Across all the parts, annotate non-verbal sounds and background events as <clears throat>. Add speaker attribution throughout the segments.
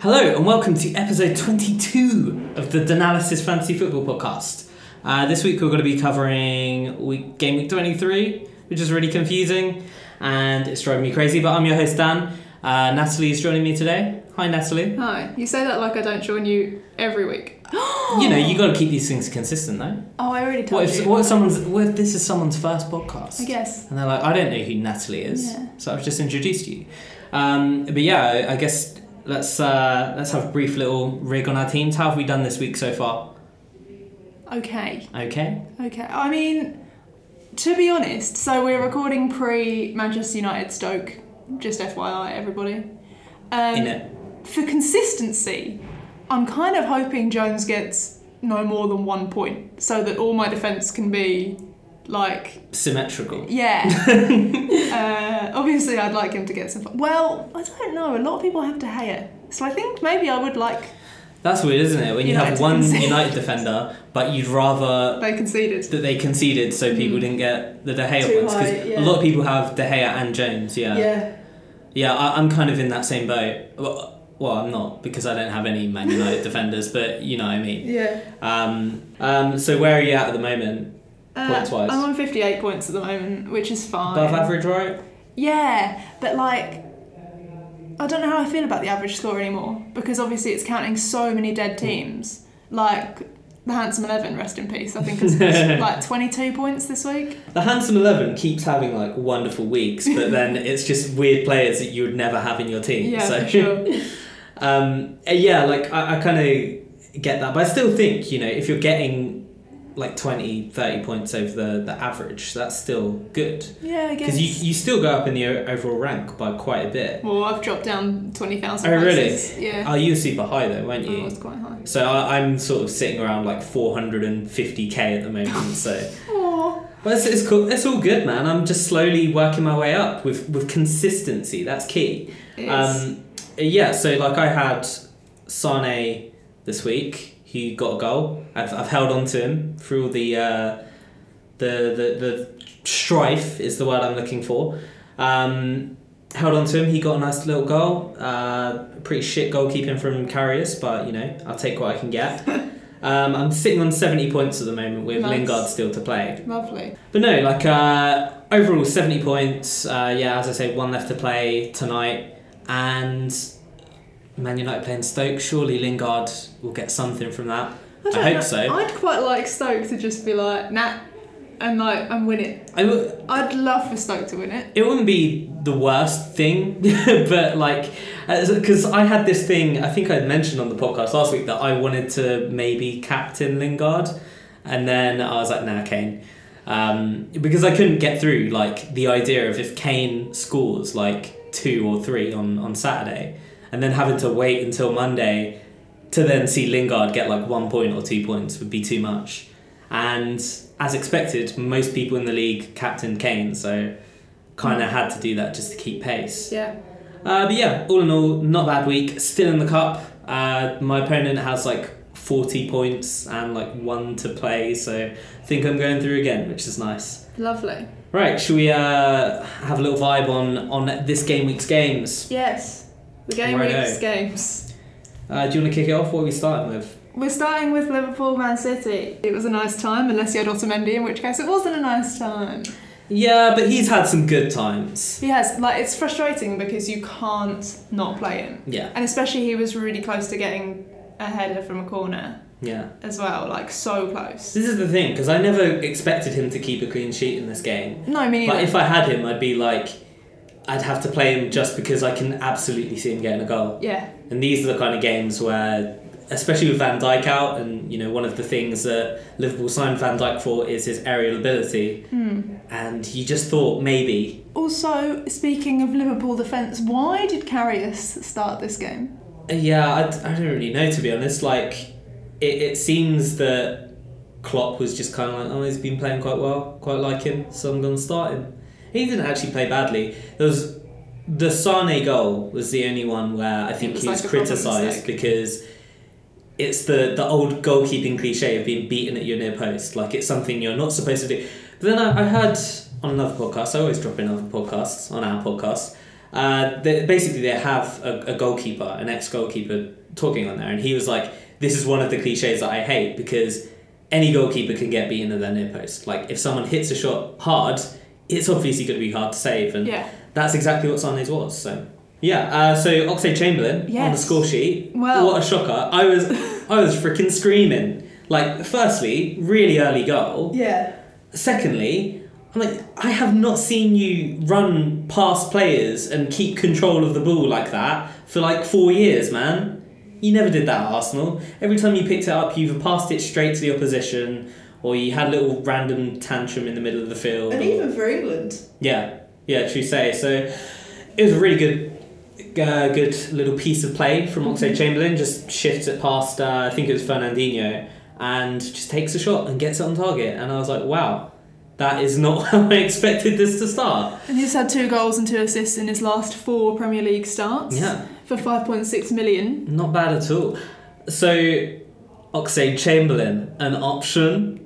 Speaker 1: Hello and welcome to episode 22 of the Denalysis Fantasy Football Podcast. Uh, this week we're going to be covering week, game week 23, which is really confusing and it's driving me crazy. But I'm your host Dan. Uh, Natalie is joining me today. Hi Natalie.
Speaker 2: Hi. You say that like I don't join you every week. <gasps>
Speaker 1: You know you got to keep these things consistent though.
Speaker 2: Oh, I already
Speaker 1: What if, what if someone's what if this is someone's first podcast?
Speaker 2: I guess.
Speaker 1: And they're like, I don't know who Natalie is,
Speaker 2: Yeah.
Speaker 1: so I've just introduced you. Um, but yeah, I- I guess let's uh, let's have a brief little rig on our teams. How have we done this week so far?
Speaker 2: Okay.
Speaker 1: Okay.
Speaker 2: Okay. I mean, to be honest, so we're recording pre Manchester United Stoke. Just FYI, everybody. Um,
Speaker 1: In it.
Speaker 2: For consistency, I'm kind of hoping Jones gets no more than one point, so that all my defence can be like
Speaker 1: Symmetrical. <laughs>
Speaker 2: Yeah. uh, obviously, I'd like him to get some. Well, I don't know. A lot of people have to hate it, so I think maybe I would like
Speaker 1: That's weird, isn't it? When you have
Speaker 2: United
Speaker 1: one
Speaker 2: concede.
Speaker 1: United defender, but you'd rather
Speaker 2: they conceded.
Speaker 1: that they conceded so people didn't get the De Gea
Speaker 2: Mm. Too
Speaker 1: ones because
Speaker 2: high, yeah.
Speaker 1: a lot of people have De Gea and Jones. Yeah.
Speaker 2: Yeah.
Speaker 1: Yeah, I, I'm kind of in that same boat. Well, well, I'm not because I don't have any Man United defenders, but you know what I mean.
Speaker 2: Yeah.
Speaker 1: Um, um, so where are you at at the moment?
Speaker 2: Uh,
Speaker 1: Points-wise.
Speaker 2: I'm on 58 points at the moment, which is fine.
Speaker 1: Above average, right?
Speaker 2: Yeah, but like, I don't know how I feel about the average score anymore because obviously it's counting so many
Speaker 1: Mm.
Speaker 2: dead teams. Like the handsome eleven, rest in peace. I think it's
Speaker 1: <laughs>
Speaker 2: like 22 points this week.
Speaker 1: The handsome eleven keeps having like wonderful weeks, but then it's just weird players that you would never have in your team.
Speaker 2: Yeah,
Speaker 1: so,
Speaker 2: for sure.
Speaker 1: <laughs> um, uh, yeah, like I, I kind of get that, but I still think you know if you're getting like 20, 30 points over the the average, that's still good
Speaker 2: Yeah, I guess.
Speaker 1: because you you still go up in the o- overall rank by quite a bit.
Speaker 2: Well, I've dropped down 20,000
Speaker 1: Oh, really?
Speaker 2: places. Yeah. Oh.
Speaker 1: Oh, you were super high though, weren't you?
Speaker 2: I was quite high.
Speaker 1: So I, I'm sort of sitting around like 450k at the moment. So,
Speaker 2: Aww.
Speaker 1: but it's, it's cool. It's all good, man. I'm just slowly working my way up with with consistency. That's key. Um, yeah. So like I had Sane this week. He got a goal. I've, I've held on to him through all the uh, the the the strife is the word I'm looking for. Um, held on to him. He got a nice little goal. Uh, pretty shit goalkeeping from Carrius, but you know I'll take what I can get. Um, I'm sitting on 70 points at the moment with
Speaker 2: Nice.
Speaker 1: Lingard still to play.
Speaker 2: Lovely.
Speaker 1: But no, like uh, overall, seventy points. Uh, yeah, as I say, one left to play tonight, and Man United playing Stoke. Surely Lingard will get something from that. I,
Speaker 2: don't
Speaker 1: hope
Speaker 2: know.
Speaker 1: so.
Speaker 2: I'd quite like Stoke to just be like, nah, and like, and win it.
Speaker 1: I w-
Speaker 2: I'd love for Stoke to win it.
Speaker 1: it wouldn't be the worst thing, <laughs> but like, because I had this thing. I think I mentioned on the podcast last week that I wanted to maybe captain Lingard, and then I was like, nah, Kane. Um, because I couldn't get through like the idea of if Kane scores like two or three on, on Saturday, and then having to wait until Monday to then see Lingard get like one point or two points would be too much. And as expected, most people in the league captained Kane, so kind of had to do that just to keep pace.
Speaker 2: Yeah.
Speaker 1: Uh, but yeah, all in all, not a bad week. Still in the cup. Uh, my opponent has like 40 points and like one to play, so I think I'm going through again, which is nice.
Speaker 2: Lovely.
Speaker 1: Right, should we uh, have a little vibe on, on this game week's games?
Speaker 2: Yes. The game
Speaker 1: Righto.
Speaker 2: week's games.
Speaker 1: Uh, do you want to kick it off? What are we starting with?
Speaker 2: We're starting with Liverpool Man City. It was a nice time, unless you had Otamendi, in which case it wasn't a nice time.
Speaker 1: Yeah, but he's had some good times.
Speaker 2: Yes, like it's frustrating because you can't not play him.
Speaker 1: Yeah,
Speaker 2: And especially he was really close to getting a header from a corner.
Speaker 1: yeah.
Speaker 2: as well, like so close.
Speaker 1: This is the thing, because I never expected him to keep a clean sheet in this game.
Speaker 2: No, me
Speaker 1: But
Speaker 2: neither.
Speaker 1: if I had him, I'd be like, I'd have to play him just because I can absolutely see him getting a goal.
Speaker 2: yeah,
Speaker 1: And these are the kind of games where, especially with Van Dijk out, and you know, one of the things that Liverpool signed Van Dijk for is his aerial ability.
Speaker 2: Hmm.
Speaker 1: And you just thought maybe
Speaker 2: Also, speaking of Liverpool defence, why did Carrius start this game?
Speaker 1: Uh, Yeah, I, I don't really know to be honest. Like, it, it seems that Klopp was just kind of like, oh, he's been playing quite well, quite like him, so I'm going to start him. He didn't actually play badly. There was the Sane goal was the only one where I think
Speaker 2: was
Speaker 1: he
Speaker 2: like
Speaker 1: was
Speaker 2: a proper
Speaker 1: criticised
Speaker 2: mistake.
Speaker 1: because it's the the old goalkeeping cliche of being beaten at your near post. Like it's something you're not supposed to do. But then I, I heard on another podcast, I always drop in other podcasts on our podcast, Uh, they, basically, they have a, a goalkeeper, an ex goalkeeper, talking on there, and he was like, "This is one of the cliches that I hate because any goalkeeper can get beaten at their near post. Like if someone hits a shot hard, it's obviously going to be hard to save, and
Speaker 2: Yeah.
Speaker 1: that's exactly what Sane's was. So." Yeah, uh, so Oxlade Chamberlain on the
Speaker 2: Yes.
Speaker 1: score sheet.
Speaker 2: Well-
Speaker 1: what a shocker! I was, I was freaking screaming. Like, firstly, really early goal.
Speaker 2: Yeah.
Speaker 1: Secondly, I'm like, I have not seen you run past players and keep control of the ball like that for like four years, man. You never did that at Arsenal. Every time you picked it up, you either passed it straight to the opposition or you had a little random tantrum in the middle of the field.
Speaker 3: And
Speaker 1: or-
Speaker 3: even for England.
Speaker 1: yeah, yeah, true say. So it was a really good, uh, good little piece of play from Oxlade Chamberlain. Just shifts it past, uh, I think it was Fernandinho, and just takes a shot and gets it on target. And I was like, wow, that is not <laughs> how I expected this to start.
Speaker 2: And he's had two goals and two assists in his last four Premier League starts.
Speaker 1: Yeah,
Speaker 2: For 5.6 million.
Speaker 1: not bad at all. So Oxlade Chamberlain, an option.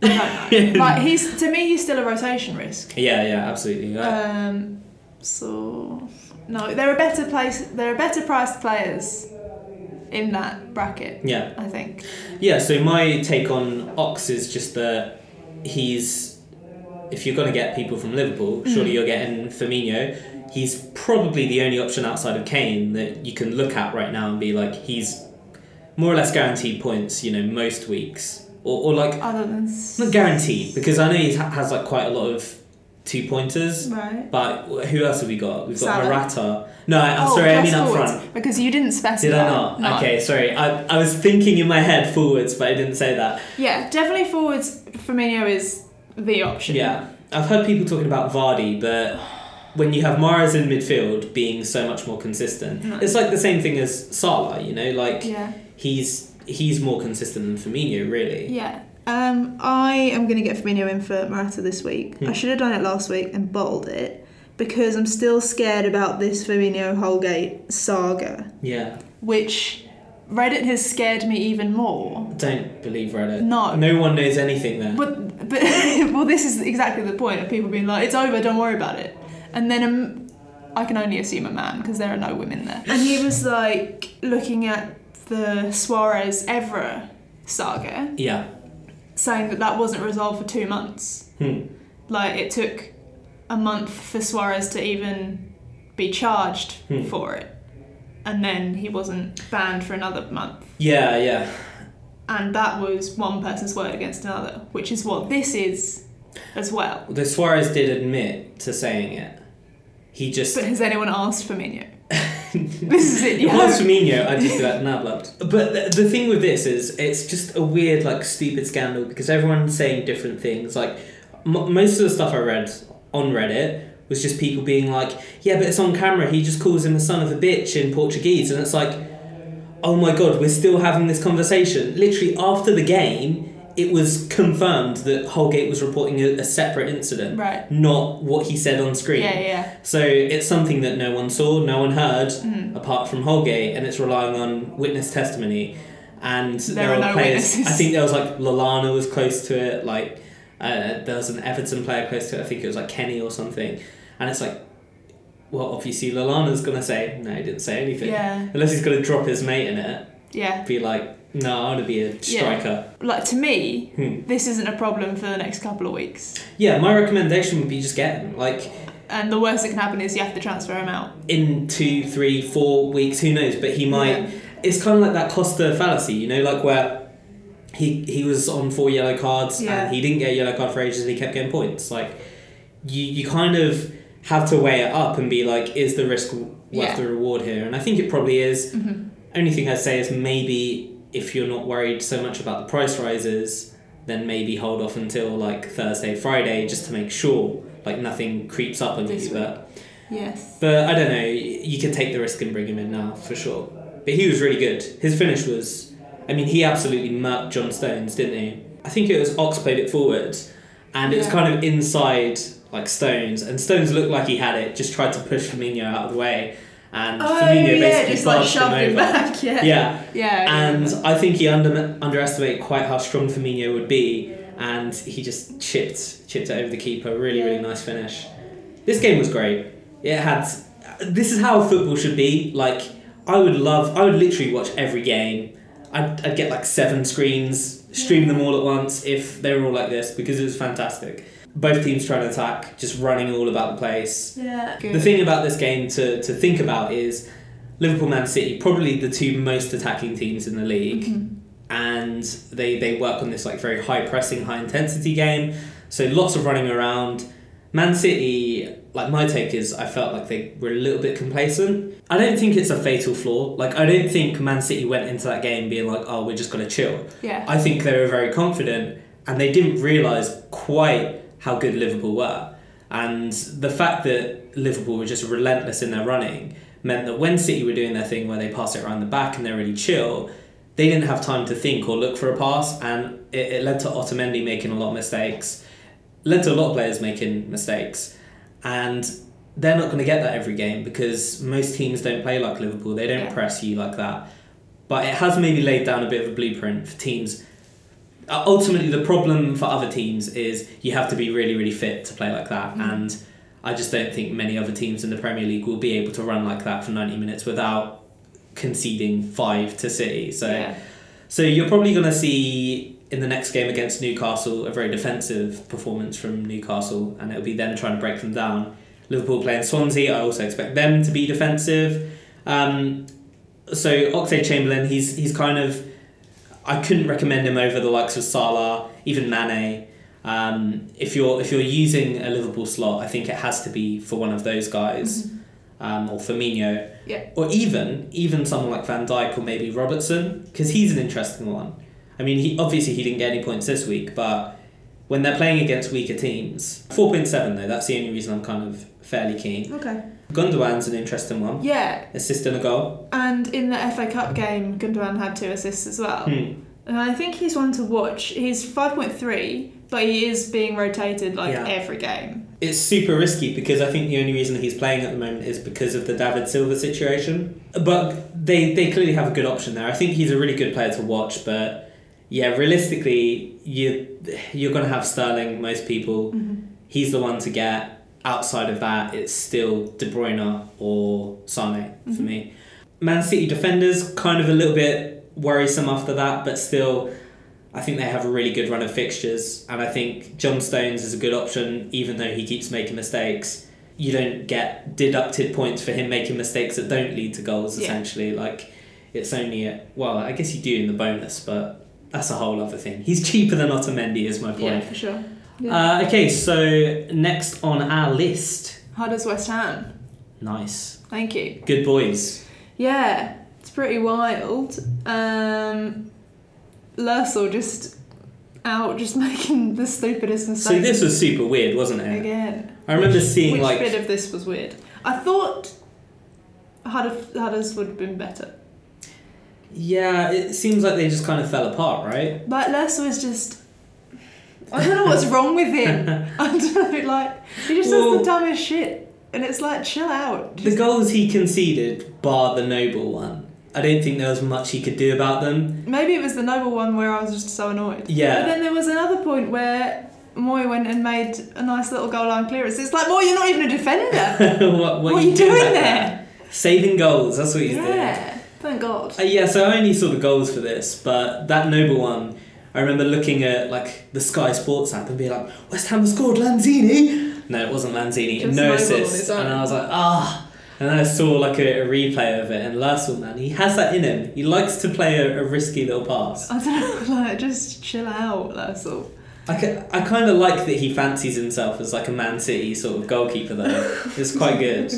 Speaker 2: No,
Speaker 1: <laughs>
Speaker 2: no. like he's to me, he's still a rotation risk.
Speaker 1: Yeah, yeah, absolutely. Uh, right.
Speaker 2: Um, so no, there are better place, there are better priced players in that bracket.
Speaker 1: yeah.
Speaker 2: I think.
Speaker 1: Yeah, so my take on Ox is just that he's. If you're going to get people from Liverpool,
Speaker 2: Mm.
Speaker 1: surely you're getting Firmino. He's probably the only option outside of Kane that you can look at right now and be like, he's more or less guaranteed points, you know, most weeks. Or, or like,
Speaker 2: Other than
Speaker 1: not guaranteed, because I know he has like quite a lot of two pointers.
Speaker 2: right.
Speaker 1: But who else have we got? We've got
Speaker 2: Salah.
Speaker 1: Morata. No, I'm
Speaker 2: oh,
Speaker 1: sorry, I
Speaker 2: press
Speaker 1: mean up
Speaker 2: forwards,
Speaker 1: front.
Speaker 2: because you didn't specify.
Speaker 1: Did I not?
Speaker 2: No.
Speaker 1: Okay, sorry. I, I was thinking in my head forwards, but I didn't say that.
Speaker 2: Yeah, definitely forwards. Firmino is the option.
Speaker 1: Yeah, I've heard people talking about Vardy, but when you have Mares in midfield being so much more consistent,
Speaker 2: No.
Speaker 1: it's like the same thing as Salah. You know, like
Speaker 2: Yeah.
Speaker 1: he's he's more consistent than Firmino, really.
Speaker 2: Yeah. Um, I am going to get Firmino in for Morata this week.
Speaker 1: Hmm.
Speaker 2: I should have done it last week and bottled it because I'm still scared about this Firmino Holgate saga,
Speaker 1: Yeah,
Speaker 2: which Reddit has scared me even more.
Speaker 1: don't believe Reddit.
Speaker 2: No.
Speaker 1: no one knows anything there.
Speaker 2: But <laughs> but well, this is exactly the point of people being like, "It's over, don't worry about it," and then um, I can only assume a man because there are no women there. And he was like looking at the Suarez Evra saga
Speaker 1: Yeah,
Speaker 2: saying that that wasn't resolved for two months.
Speaker 1: Hmm.
Speaker 2: Like it took a month for Suarez to even be charged
Speaker 1: Hmm.
Speaker 2: for it, and then he wasn't banned for another month.
Speaker 1: yeah, yeah.
Speaker 2: And that was one person's word against another, which is what this is as well.
Speaker 1: The Suarez did admit to saying it. He
Speaker 2: <laughs>
Speaker 1: just
Speaker 2: But has anyone asked
Speaker 1: <laughs>
Speaker 2: Firmino? this is it. You
Speaker 1: If
Speaker 2: <laughs>
Speaker 1: I was
Speaker 2: have,
Speaker 1: Firmino, I'd just be like, nah, blood. But the, the thing with this is, it's just a weird, like, stupid scandal because everyone's saying different things. Like, m- most of the stuff I read on Reddit was just people being like, yeah, but it's on camera. He just calls him a son of a bitch in Portuguese. And it's like, oh my god, we're still having this conversation. Literally, after the game, it was confirmed that Holgate was reporting a, a separate incident,
Speaker 2: right.
Speaker 1: not what he said on
Speaker 2: Yeah,
Speaker 1: screen.
Speaker 2: yeah.
Speaker 1: So it's something that no one saw, no one heard,
Speaker 2: Mm-hmm.
Speaker 1: apart from Holgate, and it's relying on witness testimony. And there,
Speaker 2: There are
Speaker 1: were
Speaker 2: no
Speaker 1: players.
Speaker 2: witnesses.
Speaker 1: I think there was like Lalana was close to it. Like uh, there was an Everton player close to it. I think it was like Kenny or something. And it's like, well, obviously Lalana's gonna say no, he didn't say anything.
Speaker 2: Yeah.
Speaker 1: Unless he's gonna drop his mate in it,
Speaker 2: Yeah.
Speaker 1: be like, no, I want to be a striker.
Speaker 2: Like to me,
Speaker 1: Hmm.
Speaker 2: this isn't a problem for the next couple of weeks.
Speaker 1: Yeah, my recommendation would be just get him. Like
Speaker 2: And the worst that can happen is you have to transfer him out.
Speaker 1: in two, three, four weeks, who knows? But he might.
Speaker 2: Yeah.
Speaker 1: It's kind of like that Costa fallacy, you know, like where he he was on four yellow cards
Speaker 2: Yeah.
Speaker 1: and he didn't get a yellow card for ages and he kept getting points. Like you, you kind of have to weigh it up and be like, is the risk worth
Speaker 2: Yeah. Mm-hmm.
Speaker 1: the reward here? And I think it probably is. Only thing I'd say is maybe if you're not worried so much about the price rises, then maybe hold off until like Thursday, Friday, just to make sure like nothing creeps up on
Speaker 2: This
Speaker 1: you.
Speaker 2: week.
Speaker 1: But
Speaker 2: Yes.
Speaker 1: but I don't know. You could take the risk and bring him in now for sure. But he was really good. His finish was, I mean, he absolutely murked John Stones, didn't he? I think it was Ox played it forward, and it was
Speaker 2: Yeah.
Speaker 1: kind of inside like Stones, and Stones looked like he had it. Just tried to push Firmino out of the way,
Speaker 2: Oh,
Speaker 1: and Firmino basically barged him over.
Speaker 2: back. <laughs> Yeah.
Speaker 1: Yeah,
Speaker 2: Yeah. I
Speaker 1: and
Speaker 2: remember.
Speaker 1: I think he under, underestimated quite how strong Firmino would be, and he just chipped chipped it over the keeper. Really, really nice finish. This game was great. It had this is how football should be. Like, I would love, I would literally watch every game. I'd, I'd get like seven screens, stream them all at once if they were all like this because it was fantastic. Both teams trying to attack, just running all about the place.
Speaker 3: Yeah.
Speaker 2: Good.
Speaker 1: The thing about this game to, to think about is Liverpool Man City, probably the two most attacking teams in the league.
Speaker 2: Mm-hmm.
Speaker 1: And they, they work on this like very high pressing, high intensity game. So lots of running around. Man City, like my take is I felt like they were a little bit complacent. I don't think it's a fatal flaw. Like I don't think Man City went into that game being like, oh, we're just gonna chill.
Speaker 2: Yeah.
Speaker 1: I think they were very confident and they didn't realise quite how good Liverpool were. And the fact that Liverpool were just relentless in their running meant that when City were doing their thing where they pass it around the back and they're really chill, they didn't have time to think or look for a pass. And it, it led to Otamendi making a lot of mistakes, led to a lot of players making mistakes. And they're not going to get that every game because most teams don't play like Liverpool, they don't
Speaker 2: Yeah.
Speaker 1: press you like that but it has maybe laid down a bit of a blueprint for teams. Uh, ultimately, the problem for other teams is you have to be really, really fit to play like that,
Speaker 2: Mm.
Speaker 1: and I just don't think many other teams in the Premier League will be able to run like that for ninety minutes without conceding five to City. So,
Speaker 2: Yeah.
Speaker 1: so you're probably going to see in the next game against Newcastle a very defensive performance from Newcastle, and it'll be them trying to break them down. Liverpool playing Swansea, I also expect them to be defensive. Um, so Oxlade Chamberlain, he's he's kind of I couldn't recommend him over the likes of Salah, even Mane. Um, if you're if you're using a Liverpool slot, I think it has to be for one of those guys, um, or Firmino,
Speaker 2: Yeah.
Speaker 1: or even even someone like Van Dijk or maybe Robertson, because he's an interesting one. I mean, he obviously he didn't get any points this week, but when they're playing against weaker teams, four point seven though, that's the only reason I'm kind of fairly keen.
Speaker 2: Okay.
Speaker 1: Gundogan's an interesting one,
Speaker 2: Yeah,
Speaker 1: assist and a goal.
Speaker 2: and in the FA Cup game, Gundogan had two assists as well.
Speaker 1: Hmm.
Speaker 2: And I think he's one to watch. He's 5.3, but he is being rotated like
Speaker 1: Yeah.
Speaker 2: every game.
Speaker 1: It's super risky because I think the only reason he's playing at the moment is because of the David Silva situation. But they, they clearly have a good option there. I think he's a really good player to watch, but yeah, realistically, you you're gonna have Sterling. Most people, he's the one to get. Outside of that, it's still De Bruyne or Sane for me. Man City defenders kind of a little bit worrisome after that, but still, I think they have a really good run of fixtures, and I think John Stones is a good option, even though he keeps making mistakes. You don't get deducted points for him making mistakes that don't lead to goals.
Speaker 2: Yeah.
Speaker 1: Essentially, like it's only at, well, I guess you do in the bonus, but that's a whole other thing. He's cheaper than Otamendi, is my
Speaker 2: Yeah,
Speaker 1: point.
Speaker 2: for sure.
Speaker 1: Uh, okay, so next on our list,
Speaker 2: How does West Ham?
Speaker 1: nice,
Speaker 2: Thank you.
Speaker 1: good boys.
Speaker 2: Yeah, it's pretty wild. Um, Lursel just out, just <laughs> making the stupidest
Speaker 1: So
Speaker 2: mistakes
Speaker 1: this was super weird, wasn't it?
Speaker 2: again.
Speaker 1: I remember seeing
Speaker 2: Which
Speaker 1: like
Speaker 2: bit of this was weird? I thought Huddersfield Hudders would have been better.
Speaker 1: yeah, it seems like they just kind of fell apart, right?
Speaker 2: Like Lester was just. I don't know what's wrong with him.
Speaker 1: <laughs>
Speaker 2: <laughs> I don't know, like he just
Speaker 1: Well-
Speaker 2: does the dumbest shit, and it's like chill out.
Speaker 1: The goals he conceded, bar the noble one, I don't think there was much he could do about them. <laughs>
Speaker 2: Maybe it was the noble one where I was just so annoyed.
Speaker 1: Yeah.
Speaker 2: But then there was another point where Moy went and made a nice little goal line clearance. It's like Moy, you're not even a defender.
Speaker 1: what, what,
Speaker 2: What are you doing
Speaker 1: about
Speaker 2: there?
Speaker 1: that? Saving goals, that's what <laughs> he's doing.
Speaker 2: yeah. Thank God.
Speaker 1: Uh, yeah, so I only saw the goals for this, but that noble one, I remember looking at like the Sky Sports app and being like, West Ham have scored Lanzini. No, it wasn't Lanzini.
Speaker 2: Just
Speaker 1: no
Speaker 2: noble on
Speaker 1: assist.
Speaker 2: its own.
Speaker 1: And I was like, ah. And then I saw like a, a replay of it, and Lursel, man, he has that in him. He likes to play a, a risky little pass.
Speaker 2: I don't know, <laughs> like just chill out. That's
Speaker 1: <laughs>
Speaker 2: all.
Speaker 1: I, ca- I kind of like that he fancies himself as like a Man City sort of goalkeeper though. It's quite
Speaker 2: <laughs>
Speaker 1: good.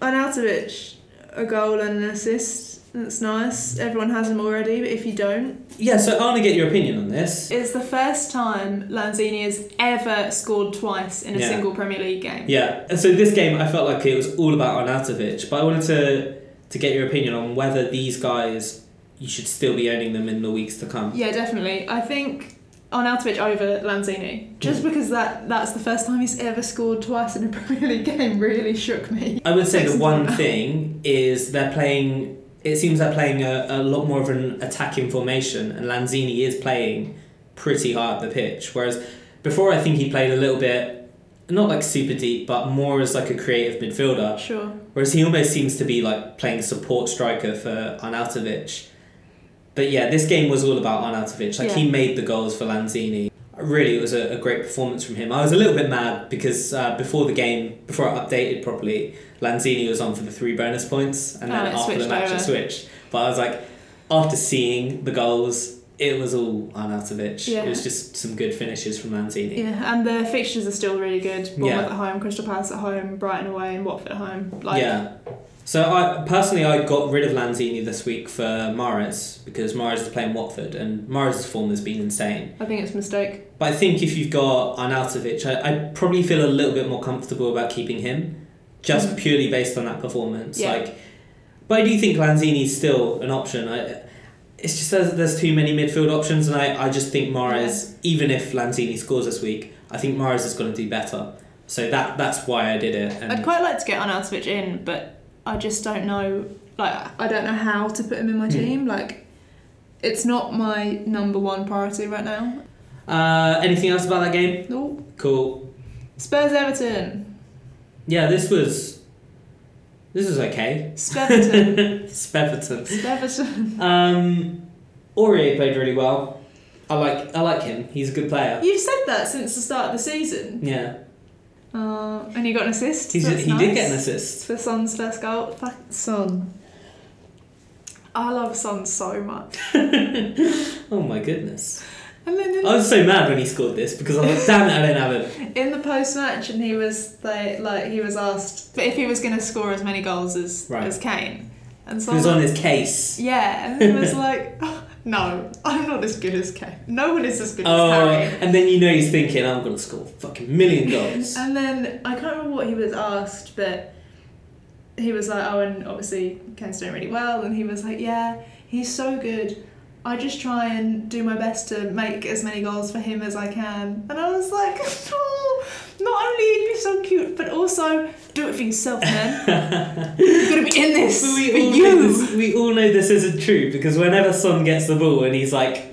Speaker 2: On Artovich, a goal and an assist. That's nice. Everyone has them already, but if you don't,
Speaker 1: Yeah, so I want to get your opinion on this.
Speaker 2: it's the first time Lanzini has ever scored twice in a
Speaker 1: Yeah.
Speaker 2: single Premier League game.
Speaker 1: Yeah, and so this game I felt like it was all about Arnautovic, but I wanted to to get your opinion on whether these guys you should still be owning them in the weeks to come.
Speaker 2: Yeah, definitely. I think on Artovich over Lanzini, just because that that's the first time he's ever scored twice in a <laughs> Premier League game, really shook me.
Speaker 1: I would say the
Speaker 2: Excellent.
Speaker 1: one thing is they're playing. It seems they're playing a, a lot more of an attacking formation, and Lanzini is playing pretty high up the pitch. Whereas before, I think he played a little bit not like super deep, but more as like a creative midfielder.
Speaker 2: Sure.
Speaker 1: Whereas he almost seems to be like playing support striker for Arnautovic. But yeah, this game was all about Arnautovic. Like
Speaker 2: Yeah.
Speaker 1: he made the goals for Lanzini. Really, it was a, a great performance from him. I was a little bit mad because uh, before the game, before I updated properly, Lanzini was on for the three bonus points, and then
Speaker 2: Oh, it
Speaker 1: after the
Speaker 2: switched
Speaker 1: match it
Speaker 2: over.
Speaker 1: switched. But I was like, after seeing the goals, it was all Arnautovic.
Speaker 2: Yeah.
Speaker 1: It was just some good finishes from Lanzini.
Speaker 2: Yeah, and the fixtures are still really good. Bournemouth
Speaker 1: Yeah.
Speaker 2: at home, Crystal Palace at home, Brighton away, and Watford at home. Like,
Speaker 1: yeah. So I personally I got rid of Lanzini this week for Mares because Mares is playing Watford and Mares' form has been insane.
Speaker 2: I think it's a mistake.
Speaker 1: But I think if you've got Arnautovic, I, I probably feel a little bit more comfortable about keeping him, just
Speaker 2: Mm.
Speaker 1: purely based on that performance.
Speaker 2: Yeah.
Speaker 1: Like, but I do think Lanzini's still an option. I, it's just there's, there's too many midfield options, and I, I just think Mares, even if Lanzini scores this week, I think Mares is going to do better. So that that's why I did it. And
Speaker 2: I'd quite like to get Arnautovic in, but I just don't know. Like, I don't know how to put him in my
Speaker 1: Hmm.
Speaker 2: team. Like, it's not my number one priority right now.
Speaker 1: uh, anything else about that game?
Speaker 2: Ooh.
Speaker 1: Cool.
Speaker 2: Spurs Everton.
Speaker 1: Yeah, this was. This was okay.
Speaker 2: Speverton.
Speaker 1: Speverton.
Speaker 2: Speverton.
Speaker 1: <laughs> Um, Aurier played really well. I like I like him. He's a good player.
Speaker 2: You've said that since the start of the season.
Speaker 1: Yeah,
Speaker 2: Uh, and you got an assist.
Speaker 1: He's,
Speaker 2: so that's
Speaker 1: he
Speaker 2: nice.
Speaker 1: did get an assist. <laughs>
Speaker 2: for Son's first goal. Fuck Son. I love Son so much.
Speaker 1: Oh my goodness!
Speaker 2: And then in,
Speaker 1: I was so mad when he scored this because I was damn it, I don't have it.
Speaker 2: in the post match, and he was they, like he was asked if he was going to score as many goals as
Speaker 1: Right.
Speaker 2: as Kane, and
Speaker 1: He
Speaker 2: Son
Speaker 1: was on his case.
Speaker 2: yeah, and he was like, <laughs> "Oh, no, I'm not as good as Kane. No one is as good
Speaker 1: Oh,
Speaker 2: as Harry.
Speaker 1: and then you know he's thinking, I'm gonna score a fucking million goals. <laughs>
Speaker 2: <laughs> And then I can't remember what he was asked, but he was like, "Oh, and obviously Ken's doing really well." And he was like, "Yeah, he's so good. I just try and do my best to make as many goals for him as I can." And I was like, <laughs> "Oh, not only are you so cute, but also do it for yourself, man. You're gonna be in <laughs> this
Speaker 1: But
Speaker 2: for
Speaker 1: we all, know
Speaker 2: you."
Speaker 1: this, we all know this isn't true because whenever Son gets the ball and he's like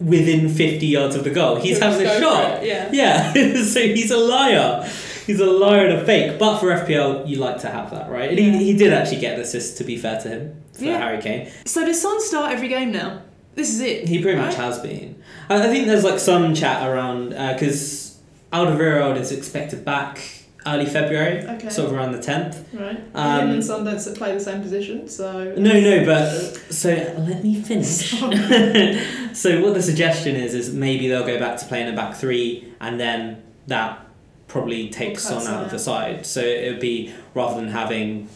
Speaker 1: within 50 yards of the goal, he's
Speaker 2: He'll
Speaker 1: having a
Speaker 2: just go for
Speaker 1: shot.
Speaker 2: it, yeah.
Speaker 1: Yeah, <laughs> so he's a liar. He's a liar and a fake. But for FPL, you like to have that, right? And
Speaker 2: Yeah.
Speaker 1: he, he did actually get an assist, to be fair to him, for
Speaker 2: Yeah.
Speaker 1: Harry Kane.
Speaker 2: So does Son start every game now? This is it.
Speaker 1: He pretty much
Speaker 2: right?
Speaker 1: has been. I, I think there's like some chat around because Alderweireld is expected back early February,
Speaker 2: Okay.
Speaker 1: sort of around the 10th.
Speaker 2: Right.
Speaker 1: Um,
Speaker 2: him and Son don't play the same position, so.
Speaker 1: No, no, but so let me finish. <laughs> so what the suggestion is is maybe they'll go back to playing a back three, and then that probably takes
Speaker 2: Cuts
Speaker 1: Son out of
Speaker 2: out.
Speaker 1: the side. So it would be rather than having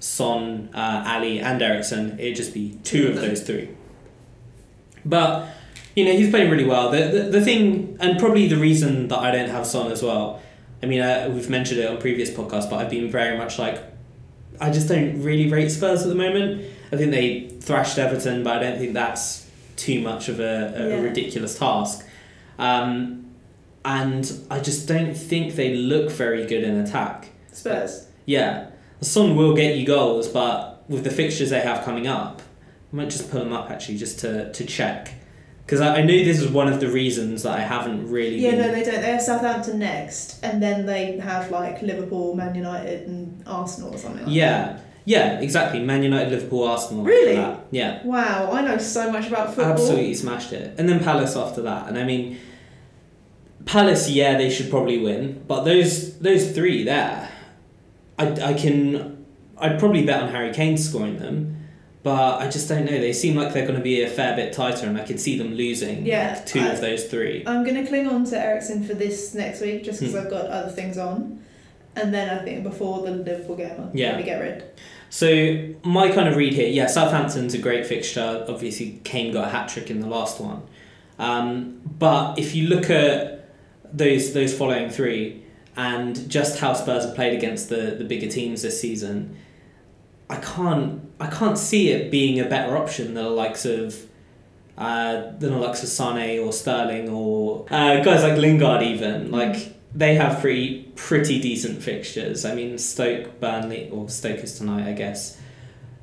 Speaker 1: Son, uh, Ali, and Ericsson, it'd just be two of those three. But you know he's playing really well. The, the the thing, and probably the reason that I don't have Son as well. I mean, uh, we've mentioned it on previous podcasts, but I've been very much like, I just don't really rate Spurs at the moment. I think they thrashed Everton, but I don't think that's too much of a, a,
Speaker 2: Yeah.
Speaker 1: a ridiculous task. Um, and I just don't think they look very good in attack.
Speaker 2: Spurs.
Speaker 1: Yeah, Son will get you goals, but with the fixtures they have coming up, I might just pull them up actually just to, to check. Because I, I know this is one of the reasons that I haven't really
Speaker 3: Yeah,
Speaker 1: been
Speaker 3: no, they don't. They have Southampton next, and then they have like Liverpool, Man United, and Arsenal or something. Like
Speaker 1: Yeah, yeah, exactly. Man United, Liverpool, Arsenal. after
Speaker 3: Really?
Speaker 1: that. Yeah,
Speaker 3: That. Wow, I know so much about football.
Speaker 1: absolutely smashed it. And then Palace after that. And I mean, Palace, yeah, they should probably win, but those those three there, I I can, I'd probably bet on Harry Kane scoring them. But I just don't know. They seem like they're going to be a fair bit tighter, and I could see them losing
Speaker 3: Yeah,
Speaker 1: like, two
Speaker 3: I-
Speaker 1: of those three.
Speaker 3: I'm gonna cling on to Ericsson for this next week, just because
Speaker 1: Hmm.
Speaker 3: I've got other things on, and then I think before the Liverpool game, I'll
Speaker 1: Yeah.
Speaker 3: probably get rid.
Speaker 1: So my kind of read here, yeah, Southampton's a great fixture. Obviously, Kane got a hat trick in the last one, um, but if you look at those those following three and just how Spurs have played against the the bigger teams this season, I can't I can't see it being a better option than the likes of. Uh, than the likes of Sane or Sterling or uh, guys like Lingard even like they have pretty pretty decent fixtures. I mean, Stoke, Burnley, or Stoke is tonight, I guess.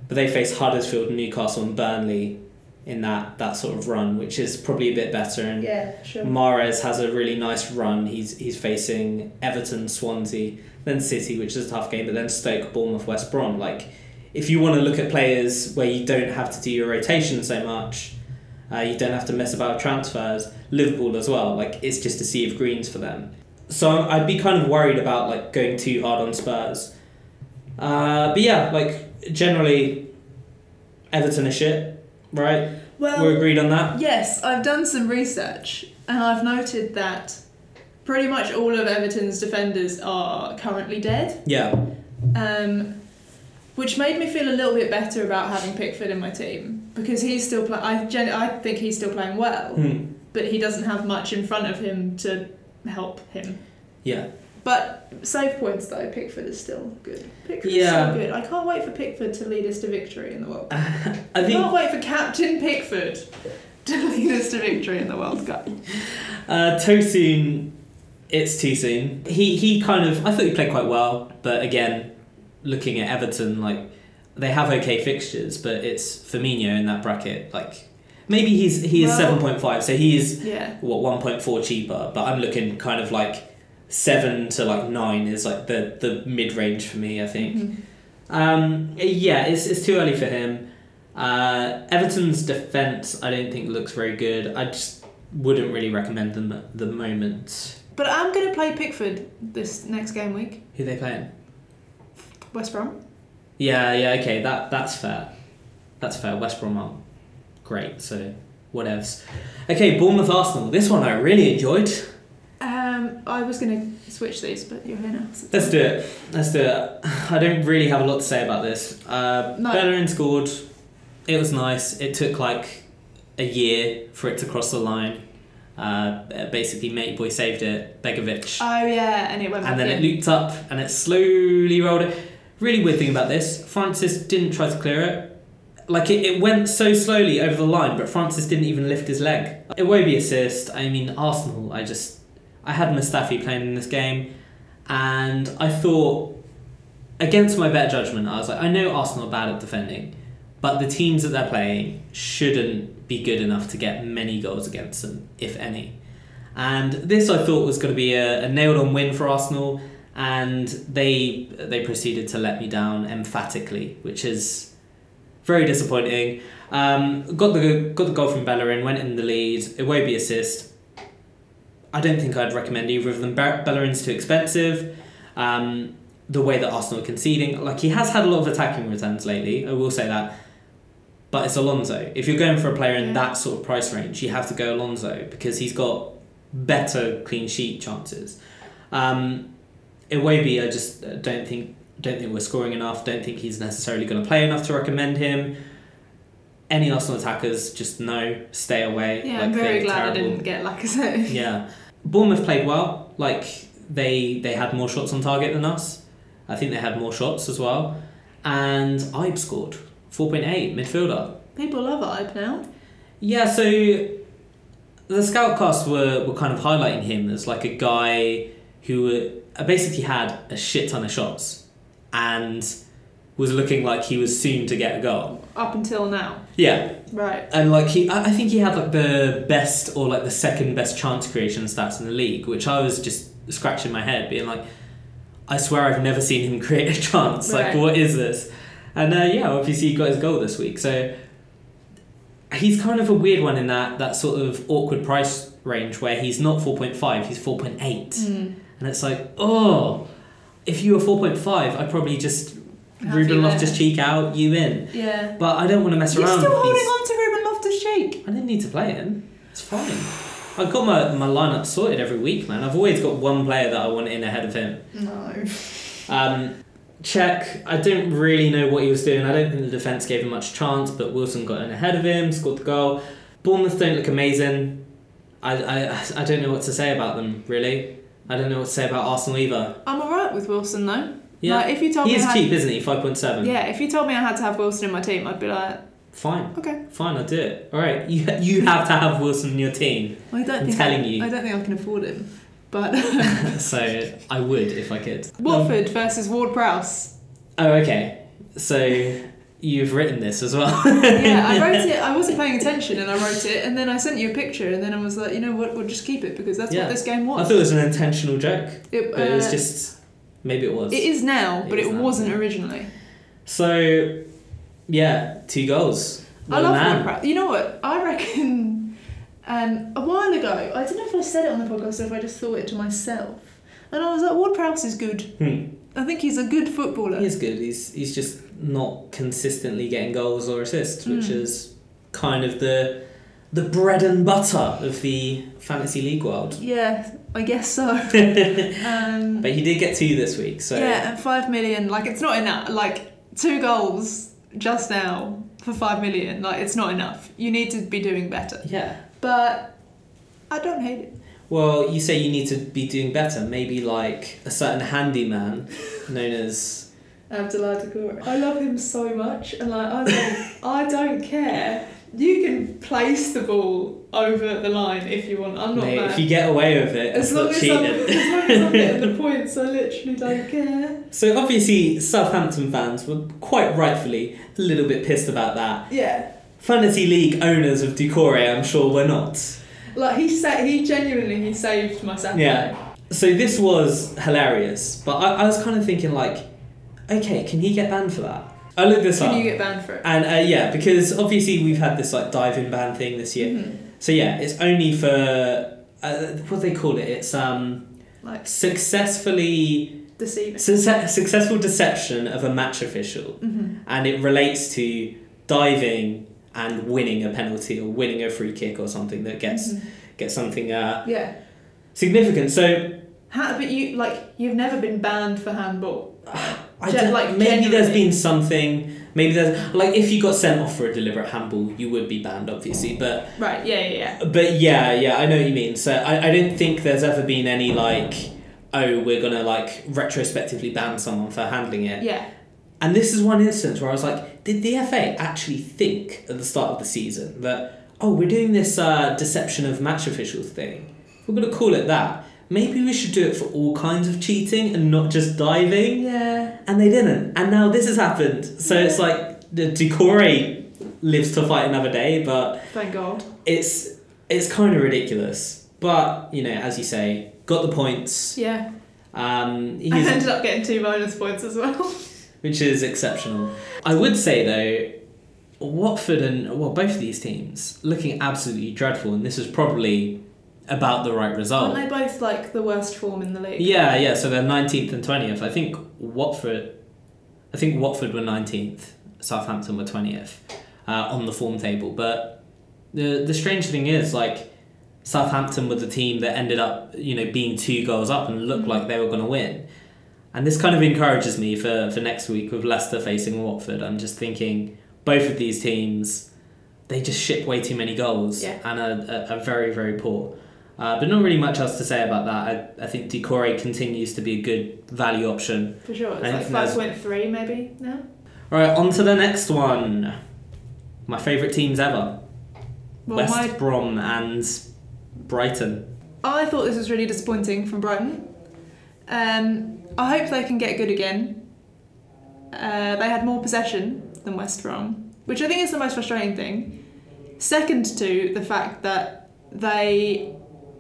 Speaker 1: But they face Huddersfield, Newcastle, and Burnley in that that sort of run, which is probably a bit better. And
Speaker 3: Yeah, sure.
Speaker 1: Mares has a really nice run. He's he's facing Everton, Swansea, then City, which is a tough game, but then Stoke, Bournemouth, West Brom. Like, if you want to look at players where you don't have to do your rotation so much, uh, you don't have to mess about with transfers. Liverpool as well. Like, it's just a sea of greens for them. So I'd be kind of worried about like going too hard on Spurs. Uh, but yeah, like generally, Everton are shit, right?
Speaker 2: Well,
Speaker 1: We're agreed on that.
Speaker 2: Yes, I've done some research and I've noted that pretty much all of Everton's defenders are currently dead,
Speaker 1: Yeah,
Speaker 2: um, which made me feel a little bit better about having Pickford in my team because he's still playing. I, gen- I think he's still playing well,
Speaker 1: Hmm.
Speaker 2: but he doesn't have much in front of him to help him.
Speaker 1: yeah.
Speaker 2: But save points though, Pickford is still good. Pickford's
Speaker 1: Yeah.
Speaker 2: so good. I can't wait for Pickford to lead us to victory in the World Cup.
Speaker 1: I
Speaker 2: I
Speaker 1: think
Speaker 2: can't wait for Captain Pickford to lead us to victory in the
Speaker 1: <laughs>
Speaker 2: World Cup.
Speaker 1: uh, Tosun, it's too soon. He he kind of I thought he played quite well, but again, looking at Everton, like they have okay fixtures, but it's Firmino in that bracket. Like maybe he's he is
Speaker 2: Well-
Speaker 1: seven point five, so he is
Speaker 2: Yeah.
Speaker 1: what one point four cheaper. But I'm looking kind of like seven to like nine is like the the mid range for me. I think.
Speaker 2: Mm-hmm.
Speaker 1: Um, yeah, it's, it's too early for him. Uh, Everton's defence, I don't think, looks very good. I just wouldn't really recommend them at the moment.
Speaker 2: But I'm going to play Pickford this next game week,
Speaker 1: Who they playing?
Speaker 2: West Brom.
Speaker 1: Yeah, yeah, okay, that that's fair. That's fair. West Brom are great, so whatevs. Okay, Bournemouth Arsenal. This one I really enjoyed.
Speaker 2: Um, I was going to switch these, but you're here now. so-
Speaker 1: Let's do it. Let's do it. I don't really have a lot to say about this. Uh,
Speaker 2: No.
Speaker 1: Bellerin scored. It was nice. It took like a year for it to cross the line. Uh, basically, Mate Boy saved it. Begovic.
Speaker 2: Oh, yeah, and it went
Speaker 1: and
Speaker 2: back
Speaker 1: then
Speaker 2: in.
Speaker 1: it looped up and it slowly rolled it. Really weird thing about this Francis didn't try to clear it. Like it, it went so slowly over the line, but Francis didn't even lift his leg. It won't be assist. I mean, Arsenal, I just. I had Mustafi playing in this game, and I thought, against my better judgment, I was like, I know Arsenal are bad at defending, but the teams that they're playing shouldn't be good enough to get many goals against them, if any. And this I thought was going to be a, a nailed on win for Arsenal, and they they proceeded to let me down emphatically, which is very disappointing. Um, got the got the goal from Bellerin, went in the lead. It won't be assist. I don't think I'd recommend either of them. Be- Bellerin's too expensive. Um, the way that Arsenal are conceding, like he has had a lot of attacking returns lately. I will say that. But it's Alonso. If you're going for a player in
Speaker 2: Yeah.
Speaker 1: that sort of price range, you have to go Alonso because he's got better clean sheet chances. Um, Iwobi, I just uh, don't think don't think we're scoring enough. Don't think he's necessarily going to play enough to recommend him. Any Arsenal attackers, just no, stay away.
Speaker 2: yeah,
Speaker 1: Like,
Speaker 2: I'm very
Speaker 1: they're
Speaker 2: glad I
Speaker 1: terrible.
Speaker 2: didn't get
Speaker 1: <laughs>
Speaker 2: Lacazette.
Speaker 1: Yeah, Bournemouth played well. Like they they had more shots on target than us. I think they had more shots as well. And Ibe scored four point eight midfielder.
Speaker 2: <laughs> People love Ibe now.
Speaker 1: Yeah, so the Scoutcast were, were kind of highlighting him as like a guy who uh, basically had a shit ton of shots and was looking like he was soon to get a goal.
Speaker 2: Up until now.
Speaker 1: Yeah,
Speaker 2: Right.
Speaker 1: and like he, I I think he had like the best or like the second best chance creation stats in the league, which I was just scratching my head, being like, I swear I've never seen him <laughs> create a chance. Like,
Speaker 2: Right.
Speaker 1: what is this? And uh, yeah, obviously he got his goal this week, so he's kind of a weird one in that that sort of awkward price range where he's not four point five, he's four point eight,
Speaker 2: Mm.
Speaker 1: and it's like, oh, if you were four point five, I'd probably just
Speaker 2: Have
Speaker 1: Ruben
Speaker 2: you there.
Speaker 1: Loftus Cheek out, you in.
Speaker 2: Yeah.
Speaker 1: But I don't want to mess
Speaker 2: You're
Speaker 1: around.
Speaker 2: still
Speaker 1: with
Speaker 2: holding
Speaker 1: these-
Speaker 2: on to Ruben Loftus-Cheek.
Speaker 1: I didn't need to play him. It's fine. I've got my, my lineup sorted every week, man. I've always got one player that I want in ahead of him.
Speaker 2: No.
Speaker 1: Um, Czech, I don't really know what he was doing. I don't think the defence gave him much chance, but Wilson got in ahead of him, scored the goal. Bournemouth don't look amazing. I, I, I don't know what to say about them, really. I don't know what to say about Arsenal either.
Speaker 2: I'm alright with Wilson though.
Speaker 1: Yeah.
Speaker 2: Like, if you told
Speaker 1: he
Speaker 2: me
Speaker 1: is
Speaker 2: I had-
Speaker 1: cheap, isn't he? 5.7.
Speaker 2: Yeah, if you told me I had to have Wilson in my team, I'd be like,
Speaker 1: Fine.
Speaker 2: okay.
Speaker 1: Fine, I'll do it. All right. <laughs> You, you have to have Wilson in your team. <laughs>
Speaker 2: I don't
Speaker 1: I'm
Speaker 2: think
Speaker 1: telling
Speaker 2: I,
Speaker 1: you.
Speaker 2: I don't think I can afford him.
Speaker 1: <laughs>
Speaker 2: But <laughs>
Speaker 1: so I would if I could. Um,
Speaker 2: Watford versus
Speaker 1: <laughs>
Speaker 2: Ward Prowse.
Speaker 1: Oh, okay. So you've written this as well. <laughs>
Speaker 2: Yeah, I wrote it. I wasn't paying attention and I wrote it, and then I sent you a picture, and then I was like, you know what, we'll just keep it because that's
Speaker 1: Yeah.
Speaker 2: what this game
Speaker 1: I
Speaker 2: was.
Speaker 1: thought it was an intentional joke,
Speaker 2: it,
Speaker 1: but it was
Speaker 2: uh,
Speaker 1: just maybe it was.
Speaker 2: it is now,
Speaker 1: It
Speaker 2: but
Speaker 1: is
Speaker 2: it
Speaker 1: now.
Speaker 2: wasn't originally.
Speaker 1: So, yeah, two goals.
Speaker 2: I
Speaker 1: What a
Speaker 2: love
Speaker 1: man.
Speaker 2: Minecraft. You know what? I reckon um, a while ago, I don't know if I said it on the podcast or if I just thought it to myself, and I was like, Ward Prowse is good.
Speaker 1: Hmm.
Speaker 2: I think he's a good footballer.
Speaker 1: He's good. He's he's just not consistently getting goals or assists, which
Speaker 2: Hmm.
Speaker 1: is kind of the the bread and butter of the fantasy league world. <laughs>
Speaker 2: Yeah, I guess so.
Speaker 1: but
Speaker 2: Um,
Speaker 1: he did get two this week, so
Speaker 2: Yeah, and five million, like it's not enough. Like two goals just now for five million, like it's not enough. You need to be doing better.
Speaker 1: yeah.
Speaker 2: But I don't hate it.
Speaker 1: Well, you say you need to be doing better. Maybe like a certain handyman known as
Speaker 3: Abdullah Dakor. I love him so much, and like I don't, I don't care. You can place the ball over the line if you want. I'm not
Speaker 1: Mate,
Speaker 3: mad.
Speaker 1: if you get away with it,
Speaker 3: as
Speaker 1: it's
Speaker 3: long
Speaker 1: not
Speaker 3: as, I'm,
Speaker 1: cheating.
Speaker 3: as long as I'm getting the points, I literally don't care.
Speaker 1: So obviously, Southampton fans were quite rightfully a little bit pissed about that.
Speaker 3: Yeah,
Speaker 1: Fantasy League owners of Ducore, I'm sure, were not.
Speaker 3: like he sa- he genuinely he saved my Saturday.
Speaker 1: Yeah. So this was hilarious, but I, I was kind of thinking like, okay, can he get banned for that? I looked this
Speaker 2: Can
Speaker 1: up,
Speaker 2: you get banned for it?
Speaker 1: and uh, yeah, because obviously we've had this like diving ban thing this year.
Speaker 3: Mm-hmm.
Speaker 2: Mhm.
Speaker 1: So yeah, it's only for uh, what do they call it? It's um
Speaker 2: Like
Speaker 1: successfully
Speaker 2: deceiving.
Speaker 1: succe- successful deception of a match official.
Speaker 3: Mm-hmm.
Speaker 2: Mhm.
Speaker 1: and it relates to diving and winning a penalty or winning a free kick or something that gets
Speaker 3: Mm-hmm.
Speaker 2: Mhm.
Speaker 1: gets something uh,
Speaker 2: Yeah.
Speaker 1: significant. So
Speaker 2: How, but you like you've never been banned for handball.
Speaker 1: I
Speaker 2: Gen-
Speaker 1: don't-
Speaker 2: like,
Speaker 1: maybe there's
Speaker 2: generally.
Speaker 1: been something. Maybe there's like if you got sent off for a deliberate handball, you would be banned, obviously. But
Speaker 2: Right. Yeah. Yeah. Yeah.
Speaker 1: but yeah, yeah, I know what you mean. So I, I don't think there's ever been any like oh we're gonna like retrospectively ban someone for handling it.
Speaker 2: Yeah.
Speaker 1: And this is one instance where I was like, did the FA actually think at the start of the season that, oh, we're doing this uh, deception of match officials thing? We're going to call it that. Maybe we should do it for all kinds of cheating and not just diving.
Speaker 2: Yeah.
Speaker 1: And they didn't. And now this has happened. So it's like the Decore lives to fight another day, but
Speaker 2: Thank God.
Speaker 1: it's it's kind of ridiculous. But, you know, as you say, got the points.
Speaker 2: Yeah.
Speaker 1: Um,
Speaker 2: I
Speaker 1: he's
Speaker 2: ended up getting two bonus points as well.
Speaker 1: which is exceptional. I would say though, Watford and well, both of these teams looking absolutely dreadful, and this is probably about the right
Speaker 2: Aren't
Speaker 1: result.
Speaker 2: they both like the worst form in the league?
Speaker 1: Oh. Yeah, yeah. So they're nineteenth and twentieth. I think Watford, I think Watford were nineteenth. Southampton were twentieth uh, on the form table. But the the strange thing is like. Southampton were the team that ended up, you know, being two goals up and looked
Speaker 2: Mhm.
Speaker 1: like they were going to win. And this kind of encourages me for, for next week with Leicester facing Watford. I'm just thinking both of these teams, they just ship way too many goals
Speaker 2: Yeah.
Speaker 1: and are, are, are very, very poor. Uh, but not really much else to say about that. I, I think Decore continues to be a good value option.
Speaker 2: For sure.
Speaker 1: I
Speaker 2: It's
Speaker 1: think
Speaker 2: like
Speaker 1: there's-
Speaker 2: 5.3 maybe now.
Speaker 1: All right, on to the next one. My favourite teams ever
Speaker 2: Well,
Speaker 1: West
Speaker 2: my,
Speaker 1: Brom and Brighton.
Speaker 2: I thought this was really disappointing from Brighton. Um, I hope they can get good again. Uh, they had more possession than West Brom, which I think is the most frustrating thing. Second to the fact that they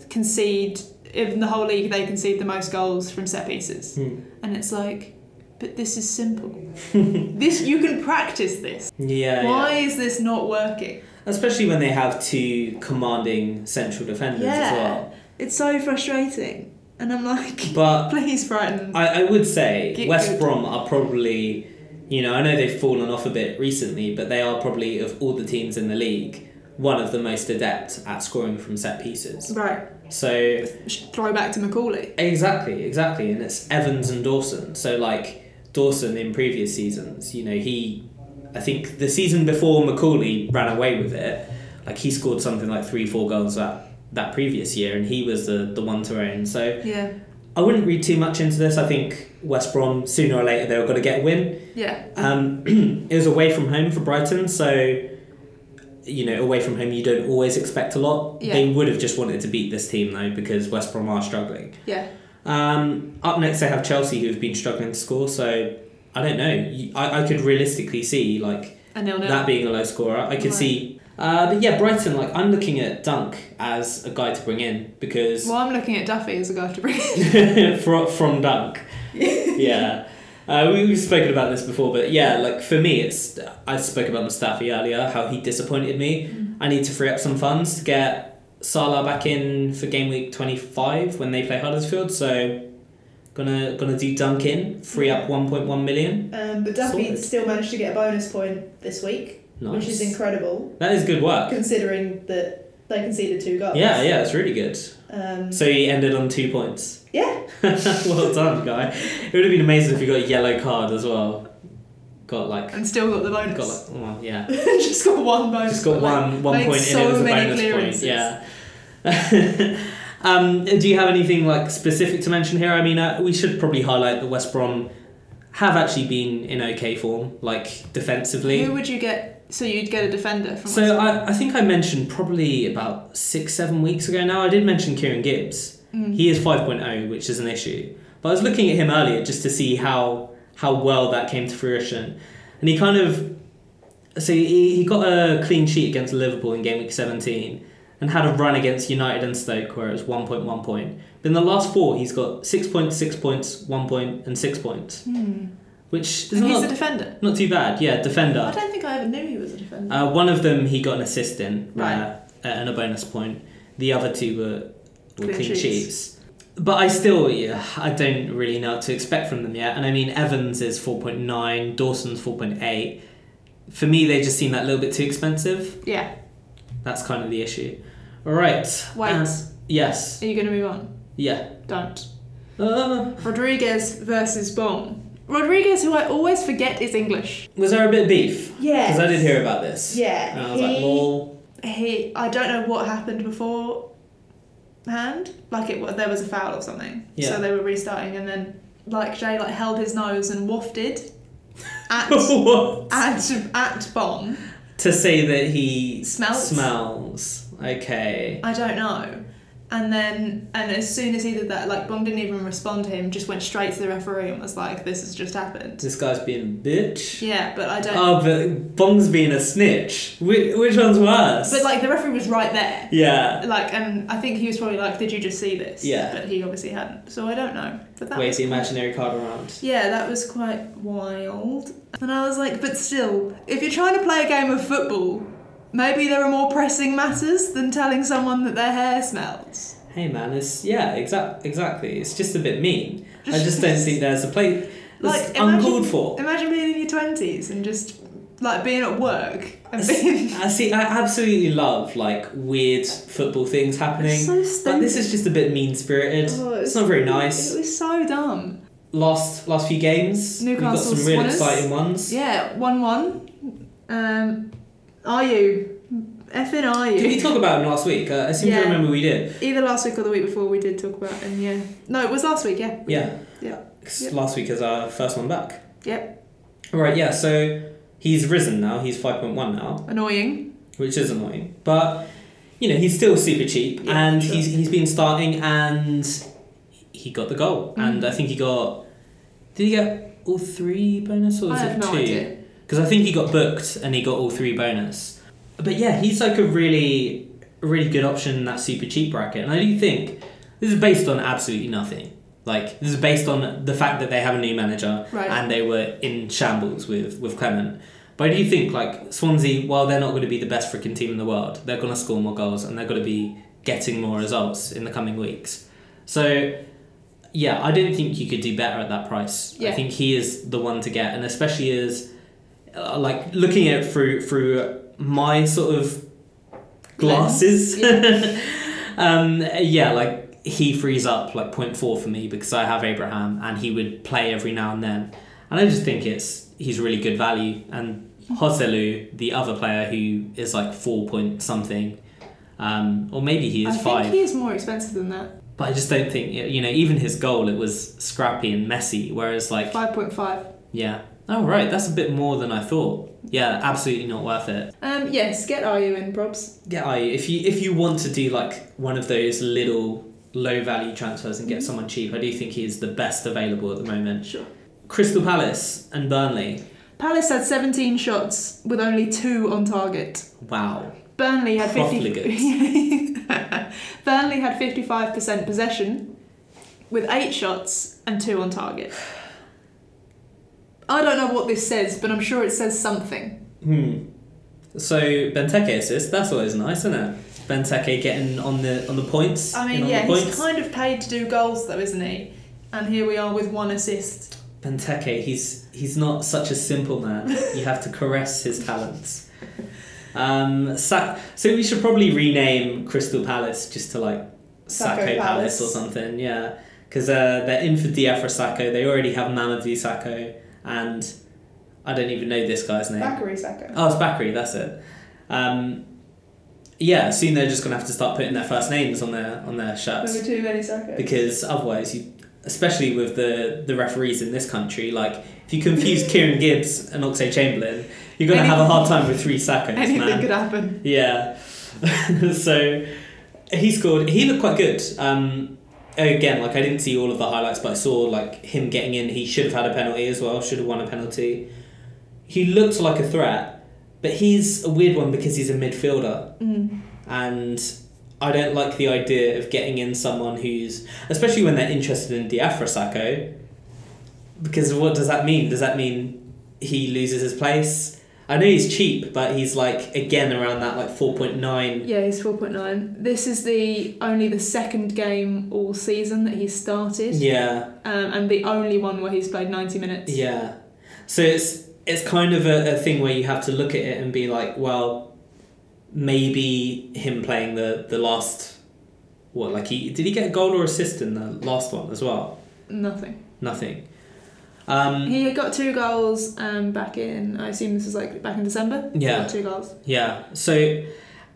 Speaker 2: concede, in the whole league, they concede the most goals from set pieces.
Speaker 1: Hmm.
Speaker 2: And it's like, but this
Speaker 1: <laughs>
Speaker 2: is simple. this You can practice this.
Speaker 1: Yeah, yeah.
Speaker 2: Why is this not working?
Speaker 1: Especially when they have two commanding central defenders as
Speaker 2: Yeah.
Speaker 1: well.
Speaker 2: It's so frustrating. And I'm like, <laughs>
Speaker 1: But
Speaker 2: please, Brighton.
Speaker 1: I, I would say
Speaker 2: Get
Speaker 1: West
Speaker 2: good.
Speaker 1: Brom are probably, you know, I know they've fallen off a bit recently, but they are probably, of all the teams in the league, one of the most adept at scoring from set pieces.
Speaker 2: Right.
Speaker 1: So,
Speaker 2: Sh- Throw back to Macaulay.
Speaker 1: exactly, exactly. And it's Evans and Dawson. So, like, Dawson in previous seasons, you know, he, I think the season before Macaulay ran away with it, like, he scored something like three, four goals that, that previous year, and he was the, the one to own. So,
Speaker 2: Yeah.
Speaker 1: I wouldn't read too much into this. I think West Brom sooner or later they were going to get a win.
Speaker 2: Yeah.
Speaker 1: Um, <clears throat> it was away from home for Brighton, so you know away from home you don't always expect a lot.
Speaker 2: Yeah.
Speaker 1: They would have just wanted to beat this team though because West Brom are struggling.
Speaker 2: Yeah.
Speaker 1: Um, up next they have Chelsea who've been struggling to score, so I don't know. You- I, I could realistically see like
Speaker 2: A nil nil.
Speaker 1: that being a low scorer. I could
Speaker 2: Right.
Speaker 1: see Uh, but yeah, Brighton. Like I'm looking at Dunk as a guy to bring in because
Speaker 2: Well, I'm looking at Duffy as a guy to bring.
Speaker 1: <laughs> from, from Dunk. yeah. Uh, we, we've spoken about this before, but yeah, like for me, it's I spoke about Mustafi earlier, how he disappointed me.
Speaker 3: Mm.
Speaker 1: I need to free up some funds to get Salah back in for game week twenty five when they play Huddersfield. So, gonna gonna do Dunk in, free up one point one million.
Speaker 3: Um, but Duffy
Speaker 1: Solid.
Speaker 3: still managed to get a bonus point this week,
Speaker 1: Nice.
Speaker 3: which is incredible
Speaker 1: That is good work.
Speaker 3: considering that they conceded two goals.
Speaker 1: Yeah, yeah, it's really good.
Speaker 3: Um,
Speaker 1: So he ended on two points. <laughs>
Speaker 3: yeah.
Speaker 1: well done, guy. It would have been amazing if you got a yellow card as well. Got like,
Speaker 2: and still got the bonus.
Speaker 1: got
Speaker 2: <laughs>
Speaker 1: like, well, yeah.
Speaker 3: just got one
Speaker 1: I
Speaker 3: bonus.
Speaker 1: just
Speaker 3: but,
Speaker 1: got
Speaker 3: like,
Speaker 1: one one
Speaker 2: made
Speaker 1: point in
Speaker 2: so
Speaker 1: it was a
Speaker 2: many
Speaker 1: bonus
Speaker 2: clearances.
Speaker 1: point. Yeah. <laughs> um, do you have anything like specific to mention here? I mean, uh, we should probably highlight that West Brom have actually been in okay form, like defensively.
Speaker 2: Who would you get? So you'd get a defender from.
Speaker 1: So uh, I, I think I mentioned probably about six seven weeks ago now. I did mention Kieran Gibbs.
Speaker 2: Mm.
Speaker 1: He is 5.0, which is an issue. But I was looking at him earlier just to see how how well that came to fruition, and he kind of so he, he got a clean sheet against Liverpool in game week 17, and had a run against United and Stoke where it was 1.1 point. But in the last four, he's got six points, six points, one point, and six points,
Speaker 2: Hmm.
Speaker 1: which is
Speaker 2: And he's a
Speaker 1: not,
Speaker 2: defender.
Speaker 1: not too bad. Yeah,
Speaker 2: I
Speaker 1: defender.
Speaker 2: don't think I ever knew he was a defender.
Speaker 1: Uh, one of them he got an assist in,
Speaker 2: Right.
Speaker 1: uh, and a bonus point. The other two were, were
Speaker 2: Clean
Speaker 1: clean,
Speaker 2: sheets.
Speaker 1: sheets. But I still, yeah, I don't really know what to expect from them yet. And I mean, Evans is 4.9, Dawson's 4.8. For me, they just seem that little bit too expensive.
Speaker 2: yeah.
Speaker 1: That's kind of the issue. All right.
Speaker 2: Wait.
Speaker 1: um, yes.
Speaker 2: Are you going to move on?
Speaker 1: Yeah.
Speaker 2: Don't.
Speaker 1: Uh,
Speaker 2: Rodriguez versus Bong. Rodriguez, who I always forget is English.
Speaker 1: was there a bit of beef?
Speaker 3: Yeah.
Speaker 1: Because I did hear about this.
Speaker 3: Yeah.
Speaker 1: And I was
Speaker 3: he,
Speaker 1: like, <laughs> lol.
Speaker 2: He, I don't know what happened before hand. Like it, wa- there was a foul or something.
Speaker 1: Yeah.
Speaker 2: So they were restarting, and then like Jay like held his nose and wafted
Speaker 1: <laughs>
Speaker 2: at
Speaker 1: What?
Speaker 2: at at Bong.
Speaker 1: To say that he
Speaker 2: Smells?
Speaker 1: Smells. Okay.
Speaker 2: I don't know. And then, and as soon as he did that, like Bong didn't even respond to him. Just went straight to the referee and was like, "This has just happened."
Speaker 1: This guy's being a bitch.
Speaker 2: Yeah, but I don't.
Speaker 1: Oh, but Bong's being a snitch. Which, which one's worse?
Speaker 2: but like the referee was right there.
Speaker 1: yeah.
Speaker 2: Like, and I think he was probably like, "Did you just see this?"
Speaker 1: Yeah.
Speaker 2: But he obviously hadn't. So I don't know. But that.
Speaker 1: Wave
Speaker 2: was
Speaker 1: the
Speaker 2: quite-
Speaker 1: imaginary card around.
Speaker 2: Yeah, that was quite wild. And I was like, but still, if you're trying to play a game of football, maybe there are more pressing matters than telling someone that their hair smells.
Speaker 1: Hey man, it's yeah, exact, exactly. It's just a bit mean. I just don't think there's a place.
Speaker 2: Like,
Speaker 1: It's
Speaker 2: imagine-
Speaker 1: uncalled for.
Speaker 2: Imagine being in your twenties and just like being at work and being.
Speaker 1: I see. I absolutely love like weird football things happening,
Speaker 2: It's <laughs> so
Speaker 1: but
Speaker 2: stupid.
Speaker 1: this is just a bit mean spirited.
Speaker 3: Oh,
Speaker 1: it's
Speaker 3: it's-
Speaker 1: not very nice.
Speaker 2: It was so dumb.
Speaker 1: Last last few games, we've got
Speaker 2: Newcastle
Speaker 1: some really
Speaker 2: Swanners.
Speaker 1: exciting ones.
Speaker 2: Yeah, one-one. Um, are you? Effing are
Speaker 1: Did we
Speaker 2: you?
Speaker 1: talk about him last week? Uh, I seem
Speaker 2: Yeah.
Speaker 1: to remember we did.
Speaker 2: Either last week or the week before we did talk about, and yeah, no, it was last week. Yeah. We
Speaker 1: Yeah.
Speaker 2: Yeah.
Speaker 1: 'Cause
Speaker 2: Yep.
Speaker 1: Last week is our first one back.
Speaker 2: did. Yep.
Speaker 1: Right, yeah, so he's risen now, he's 5.1 now,
Speaker 2: Annoying.
Speaker 1: which is annoying. But, you know, he's still super cheap
Speaker 2: Yeah,
Speaker 1: and
Speaker 2: sure.
Speaker 1: he's, he's been starting and he got the goal.
Speaker 2: Mm.
Speaker 1: And I think he got. Did he get all three bonus or
Speaker 2: I
Speaker 1: was
Speaker 2: have
Speaker 1: it
Speaker 2: no
Speaker 1: two?
Speaker 2: idea.
Speaker 1: because I think he got booked and he got all three bonus. But yeah, he's like a really, a really good option in that super cheap bracket, and I do think this is based on absolutely nothing. Like this is based on the fact that they have a new manager
Speaker 2: Right.
Speaker 1: and they were in shambles with with Clement. But I do think like Swansea, while they're not going to be the best freaking team in the world, they're going to score more goals and they're going to be getting more results in the coming weeks. So yeah, I don't think you could do better at that price.
Speaker 2: Yeah.
Speaker 1: I think he is the one to get, and especially as uh, like looking at it through through my sort of glasses. <laughs> um, yeah, like he frees up like 0.4 for me because I have Abraham, and he would play every now and then, and I just think it's he's really good value. And Hoselu, the other player who is like four point something, um, or maybe he is
Speaker 2: I
Speaker 1: five.
Speaker 2: think he is more expensive than that.
Speaker 1: But I just don't think you know. Even his goal, it was scrappy and messy. Whereas like,
Speaker 2: Five point five.
Speaker 1: yeah, oh right, that's a bit more than I thought. Yeah, absolutely not worth it.
Speaker 2: Um, yes, get are you in, Probs?
Speaker 1: Yeah, I if you if you want to do like one of those little low value transfers and
Speaker 2: Mm-hmm.
Speaker 1: get someone cheap, I do think he is the best available at the moment.
Speaker 2: Sure.
Speaker 1: Crystal Palace and Burnley.
Speaker 2: Palace had seventeen shots with only two on target.
Speaker 1: Wow,
Speaker 2: Burnley had fifty.
Speaker 1: Profligates.
Speaker 2: <laughs> Burnley had fifty-five percent possession, with eight shots and two on target. I don't know what this says, but I'm sure it says something.
Speaker 1: Hmm. So Benteke assist. That's always nice, isn't it? Benteke getting on the on the points.
Speaker 2: I
Speaker 1: in
Speaker 2: mean,
Speaker 1: on
Speaker 2: yeah,
Speaker 1: the
Speaker 2: he's
Speaker 1: points.
Speaker 2: kind of paid to do goals, though, isn't he? And here we are with one assist.
Speaker 1: Benteke, he's he's not such a simple man. You have to caress his talents. Um, Sa- so we should probably rename Crystal Palace just to like Sacco,
Speaker 3: Sacco
Speaker 1: Palace.
Speaker 3: Palace.
Speaker 1: or something, yeah. Because uh, they're in for Diafra Sacco. They already have Mamadou Sacco, and I don't even know this guy's name.
Speaker 3: Bakary Saka.
Speaker 1: Oh, it's Bakri, that's it. Um, yeah, soon they're just gonna have to start putting their first names on their on their shirts
Speaker 3: There were too many Saka.
Speaker 1: because otherwise you especially with the the referees in this country like if you confuse Kieran Gibbs and Oxlade Chamberlain you're going to have a hard time with three seconds
Speaker 2: <laughs> Anything
Speaker 1: man
Speaker 2: could happen.
Speaker 1: yeah <laughs> so he scored he looked quite good um again like I didn't see all of the highlights but I saw like him getting in he should have had a penalty as well should have won a penalty he looked like a threat but he's a weird one because he's a midfielder
Speaker 2: Mm.
Speaker 1: and I don't like the idea of getting in someone who's especially when they're interested in Diafra Sacco because what does that mean? Does that mean he loses his place? I know he's cheap, but he's like again around that like four point nine.
Speaker 2: Yeah, he's 4.9. This is the only the second game all season that he's started,
Speaker 1: Yeah,
Speaker 2: um, and the only one where he's played 90 minutes.
Speaker 1: yeah. So it's it's kind of a, a thing where you have to look at it and be like, well, maybe him playing the the last what like he did he get a goal or assist in the last one as well?
Speaker 2: Nothing.
Speaker 1: Nothing. Um,
Speaker 2: He got two goals um, back in, I assume this is like back in December.
Speaker 1: Yeah.
Speaker 2: Got two goals.
Speaker 1: Yeah. So,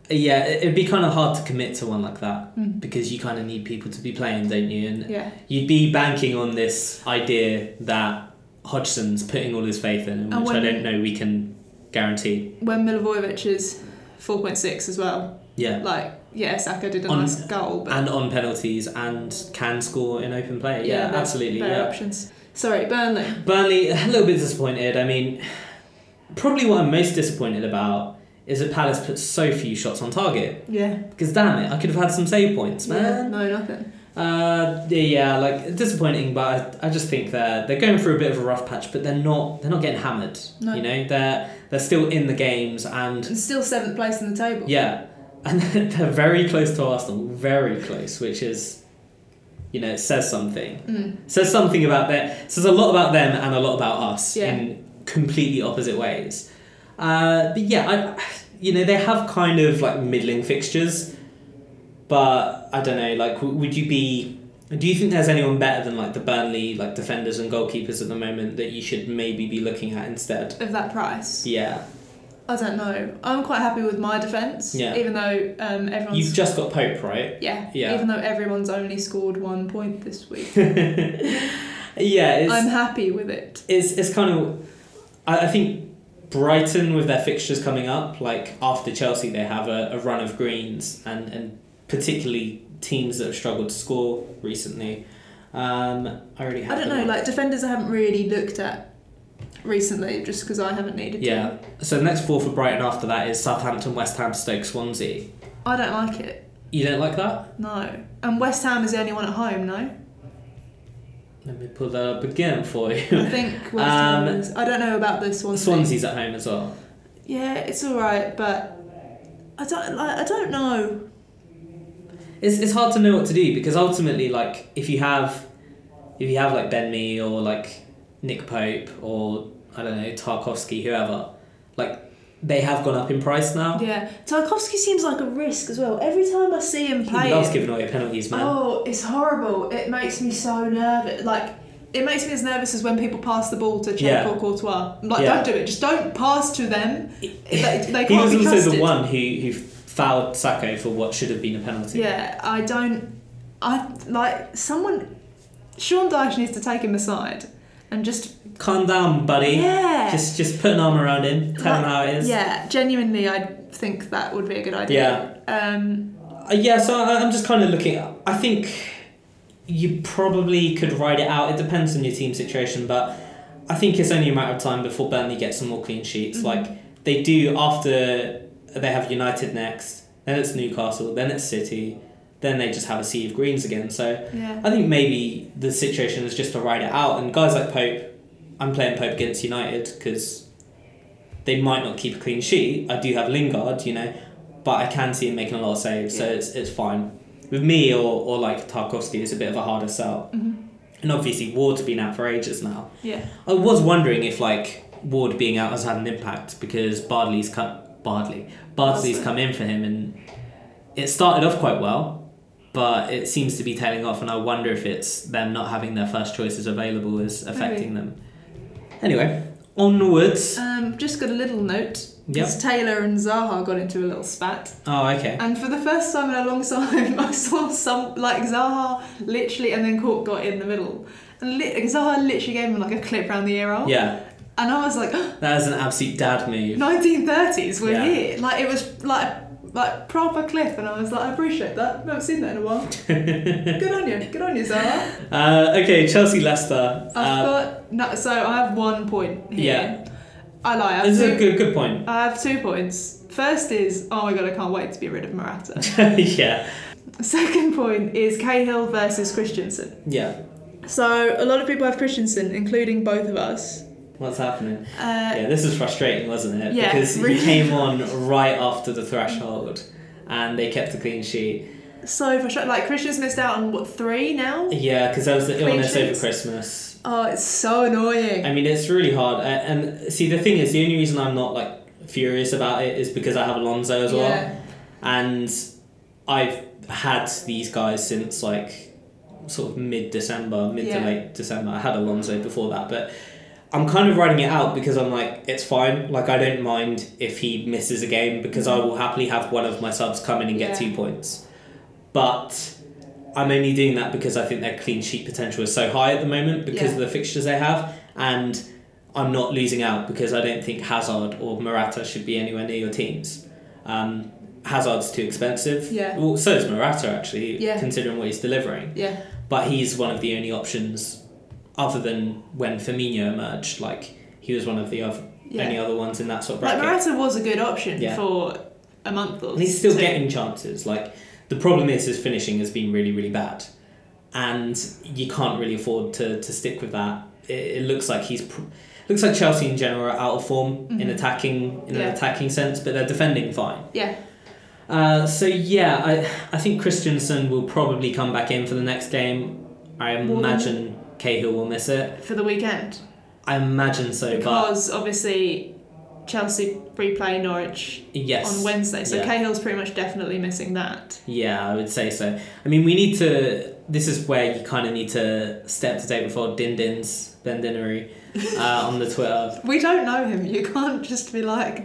Speaker 1: yeah, it- it'd be kind of hard to commit to one like that
Speaker 2: Mm.
Speaker 1: because you kind of need people to be playing, don't you? And
Speaker 2: Yeah.
Speaker 1: you'd be banking on this idea that Hodgson's putting all his faith in,
Speaker 2: And
Speaker 1: which I
Speaker 2: when-
Speaker 1: don't know we can guarantee.
Speaker 2: When Milivojevic is 4.6 as well.
Speaker 1: Yeah.
Speaker 2: Like, yeah, Saka did a
Speaker 1: On-
Speaker 2: nice goal, but
Speaker 1: And on penalties and can score in open play.
Speaker 2: Yeah,
Speaker 1: Yeah,
Speaker 2: they're-
Speaker 1: absolutely.
Speaker 2: better
Speaker 1: Yeah.
Speaker 2: options. Sorry, Burnley.
Speaker 1: Burnley, a little bit disappointed. I mean, probably what I'm most disappointed about is that Palace put so few shots on target.
Speaker 2: Yeah.
Speaker 1: Because damn it, I could have had some save points, man.
Speaker 2: yeah. No, nothing.
Speaker 1: Uh, yeah, like disappointing, but I, I just think they're they're going through a bit of a rough patch, but they're not they're not getting hammered.
Speaker 2: No.
Speaker 1: You know, they're they're still in the games, and
Speaker 2: And still seventh place in the table.
Speaker 1: yeah, and <laughs> they're very close to Arsenal, very close, which is, you know, it says something.
Speaker 2: Mm.
Speaker 1: Says something about their says a lot about them and a lot about us
Speaker 2: Yeah.
Speaker 1: in completely opposite ways. Uh, but yeah, I, you know, they have kind of like middling fixtures, but I don't know. Like, w- would you be? Do you think there's anyone better than like the Burnley like defenders and goalkeepers at the moment that you should maybe be looking at instead?
Speaker 2: Of that price.
Speaker 1: Yeah,
Speaker 2: I don't know. I'm quite happy with my defence.
Speaker 1: Yeah.
Speaker 2: Even though um, everyone's.
Speaker 1: you've just got Pope, right? <laughs>
Speaker 2: yeah.
Speaker 1: Yeah.
Speaker 2: Even though everyone's only scored one point this week.
Speaker 1: yeah, it's,
Speaker 2: I'm happy with it.
Speaker 1: it's it's kind of I, I think Brighton with their fixtures coming up, like after Chelsea, they have a, a run of greens and and particularly teams that have struggled to score recently. Um, I already
Speaker 2: I
Speaker 1: have.
Speaker 2: don't
Speaker 1: them
Speaker 2: know,
Speaker 1: up.
Speaker 2: like defenders I haven't really looked at recently just because I haven't needed to.
Speaker 1: yeah. So the next four for Brighton after that is Southampton, West Ham, Stoke, Swansea.
Speaker 2: I don't like it.
Speaker 1: You don't like that?
Speaker 2: No. And West Ham is the only one at home, no?
Speaker 1: Let me pull that up again for
Speaker 2: I <laughs>
Speaker 1: you.
Speaker 2: think West Ham
Speaker 1: Um,
Speaker 2: is. I don't know about this one.
Speaker 1: Swansea's at home as well.
Speaker 2: Yeah, it's all right, but I don't like. I don't know.
Speaker 1: it's, it's hard to know what to do because ultimately like if you have if you have like Ben Mee or like Nick Pope or I don't know Tarkovsky whoever like they have gone up in price now
Speaker 2: Yeah, Tarkovsky seems like a risk as well. Every time I see him
Speaker 1: he
Speaker 2: play,
Speaker 1: loves giving away penalties man
Speaker 2: oh, it's horrible. It makes me so nervous. Like. It makes me as nervous as when people pass the ball to Czech
Speaker 1: Yeah.
Speaker 2: or Courtois. I'm like,
Speaker 1: Yeah.
Speaker 2: don't do it. Just don't pass to them. They,
Speaker 1: <laughs>
Speaker 2: they can't
Speaker 1: he was
Speaker 2: be
Speaker 1: also
Speaker 2: trusted.
Speaker 1: the one who, who fouled Sacco for what should have been a penalty
Speaker 2: Yeah, I don't. I like someone. Sean Dyche needs to take him aside and just
Speaker 1: calm down buddy
Speaker 2: yeah.
Speaker 1: just just put an arm around him tell him
Speaker 2: Like,
Speaker 1: how it is
Speaker 2: Yeah, genuinely, I think that would be a good idea. Yeah. Um,
Speaker 1: Uh, yeah, so I- I'm just kind of looking. I think you probably could ride it out. It depends on your team situation, but I think it's only a matter of time before Burnley get some more clean sheets. Like they do after they have United next, then it's Newcastle, then it's City, then they just have a sea of greens again. So
Speaker 2: Yeah.
Speaker 1: I think maybe the situation is just to ride it out. And guys like Pope, I'm playing Pope against United because they might not keep a clean sheet. I do have Lingard, you know, but I can see him making a lot of saves, so
Speaker 4: Yeah.
Speaker 1: it's, it's fine. With me or, or like Tarkovsky, it's a bit of a harder sell.
Speaker 2: Mhm.
Speaker 1: And obviously, Ward's been out for ages now.
Speaker 2: Yeah.
Speaker 1: I was wondering if like Ward being out has had an impact because Bardley's come Bardley Bardsley's
Speaker 2: Bardsley.
Speaker 1: come in for him and it started off quite well, but it seems to be tailing off, and I wonder if it's them not having their first choices available is affecting them. Anyway, onwards.
Speaker 2: Um, just got a little note.
Speaker 1: Yep.
Speaker 2: Because Taylor and Zaha got into a little spat.
Speaker 1: Oh, okay.
Speaker 2: And for the first time in a long time, <laughs> I saw some like Zaha literally, and then Court got in the middle, and li- Zaha literally gave him like a clip round the ear hole,
Speaker 1: Yeah,
Speaker 2: and I was like, <gasps>
Speaker 1: that is an absolute dad move.
Speaker 2: 1930s, we're
Speaker 1: Yeah.
Speaker 2: here. Like it was like like proper clip, and I was like, I appreciate that. I haven't seen that in a
Speaker 1: <laughs>
Speaker 2: while. Good on you, good on you, Zaha.
Speaker 1: Uh, okay, Chelsea Leicester.
Speaker 2: I've
Speaker 1: Uh,
Speaker 2: got no, so I have one point here. Yeah, I lie. I have
Speaker 1: this is a
Speaker 2: two,
Speaker 1: good good point. <laughs>
Speaker 2: I have two points. First is oh my god, I can't wait to be rid of Morata. <laughs>
Speaker 1: yeah,
Speaker 2: Second point is Cahill versus Christensen.
Speaker 1: yeah.
Speaker 2: So a lot of people have Christensen, including both of us.
Speaker 1: What's happening?
Speaker 2: Uh,
Speaker 1: Yeah, this is frustrating, wasn't it?
Speaker 2: Yeah,
Speaker 1: because
Speaker 2: really.
Speaker 1: he came on right after the threshold, and they kept a clean sheet.
Speaker 2: So frustrating. Like Christian's missed out on what three now?
Speaker 1: Yeah, because there was the
Speaker 2: Clean
Speaker 1: illness over
Speaker 2: sheets.
Speaker 1: Christmas.
Speaker 2: Oh, it's so annoying.
Speaker 1: I mean, it's really hard. A- And see, the thing is, the only reason I'm not like furious about it is because I have Alonso as well,
Speaker 2: Yeah.
Speaker 1: and I've had these guys since like sort of mid December, mid to
Speaker 2: Yeah.
Speaker 1: late December. I had Alonso before that, but. I'm kind of writing it out because I'm like, it's fine. Like, I don't mind if he misses a game because I will happily have one of my subs come in and get
Speaker 2: Mm-hmm. Yeah.
Speaker 1: two points. But I'm only doing that because I think their clean sheet potential is so high at the moment because of
Speaker 2: Yeah.
Speaker 1: the fixtures they have. And I'm not losing out because I don't think Hazard or Morata should be anywhere near your teams. Um, Hazard's too expensive.
Speaker 2: Yeah.
Speaker 1: Well, so is Morata, actually,
Speaker 2: Yeah.
Speaker 1: considering what he's delivering
Speaker 2: Yeah.
Speaker 1: but he's one of the only options other than when Firmino emerged. Like he was one of the other,
Speaker 2: Yeah.
Speaker 1: only other ones in that sort of
Speaker 2: Like
Speaker 1: bracket.
Speaker 2: Morata was a good option
Speaker 1: Yeah.
Speaker 2: for a month or
Speaker 1: and he's still
Speaker 2: two.
Speaker 1: getting chances. Like the problem is his finishing has been really, really bad, and you can't really afford to, to stick with that. It, it looks like he's. Pr- Looks like Chelsea in general are out of form in
Speaker 2: Mhm.
Speaker 1: attacking in
Speaker 2: Yeah.
Speaker 1: an attacking sense, but they're defending fine.
Speaker 2: Yeah.
Speaker 1: Uh, so yeah, I I think Christensen will probably come back in for the next game. I
Speaker 2: Will they?
Speaker 1: imagine Cahill will miss it.
Speaker 2: for the weekend
Speaker 1: I imagine so, but
Speaker 2: because obviously Chelsea replay Norwich
Speaker 1: yes.
Speaker 2: on Wednesday, so
Speaker 1: Yeah.
Speaker 2: Cahill's pretty much definitely missing that.
Speaker 1: Yeah, I would say so. I mean, we need to. This is where you kind of need to step to date with old Din Din's Ben Dinnery uh, on the Twitter.
Speaker 2: We don't know him. <laughs> You can't just be like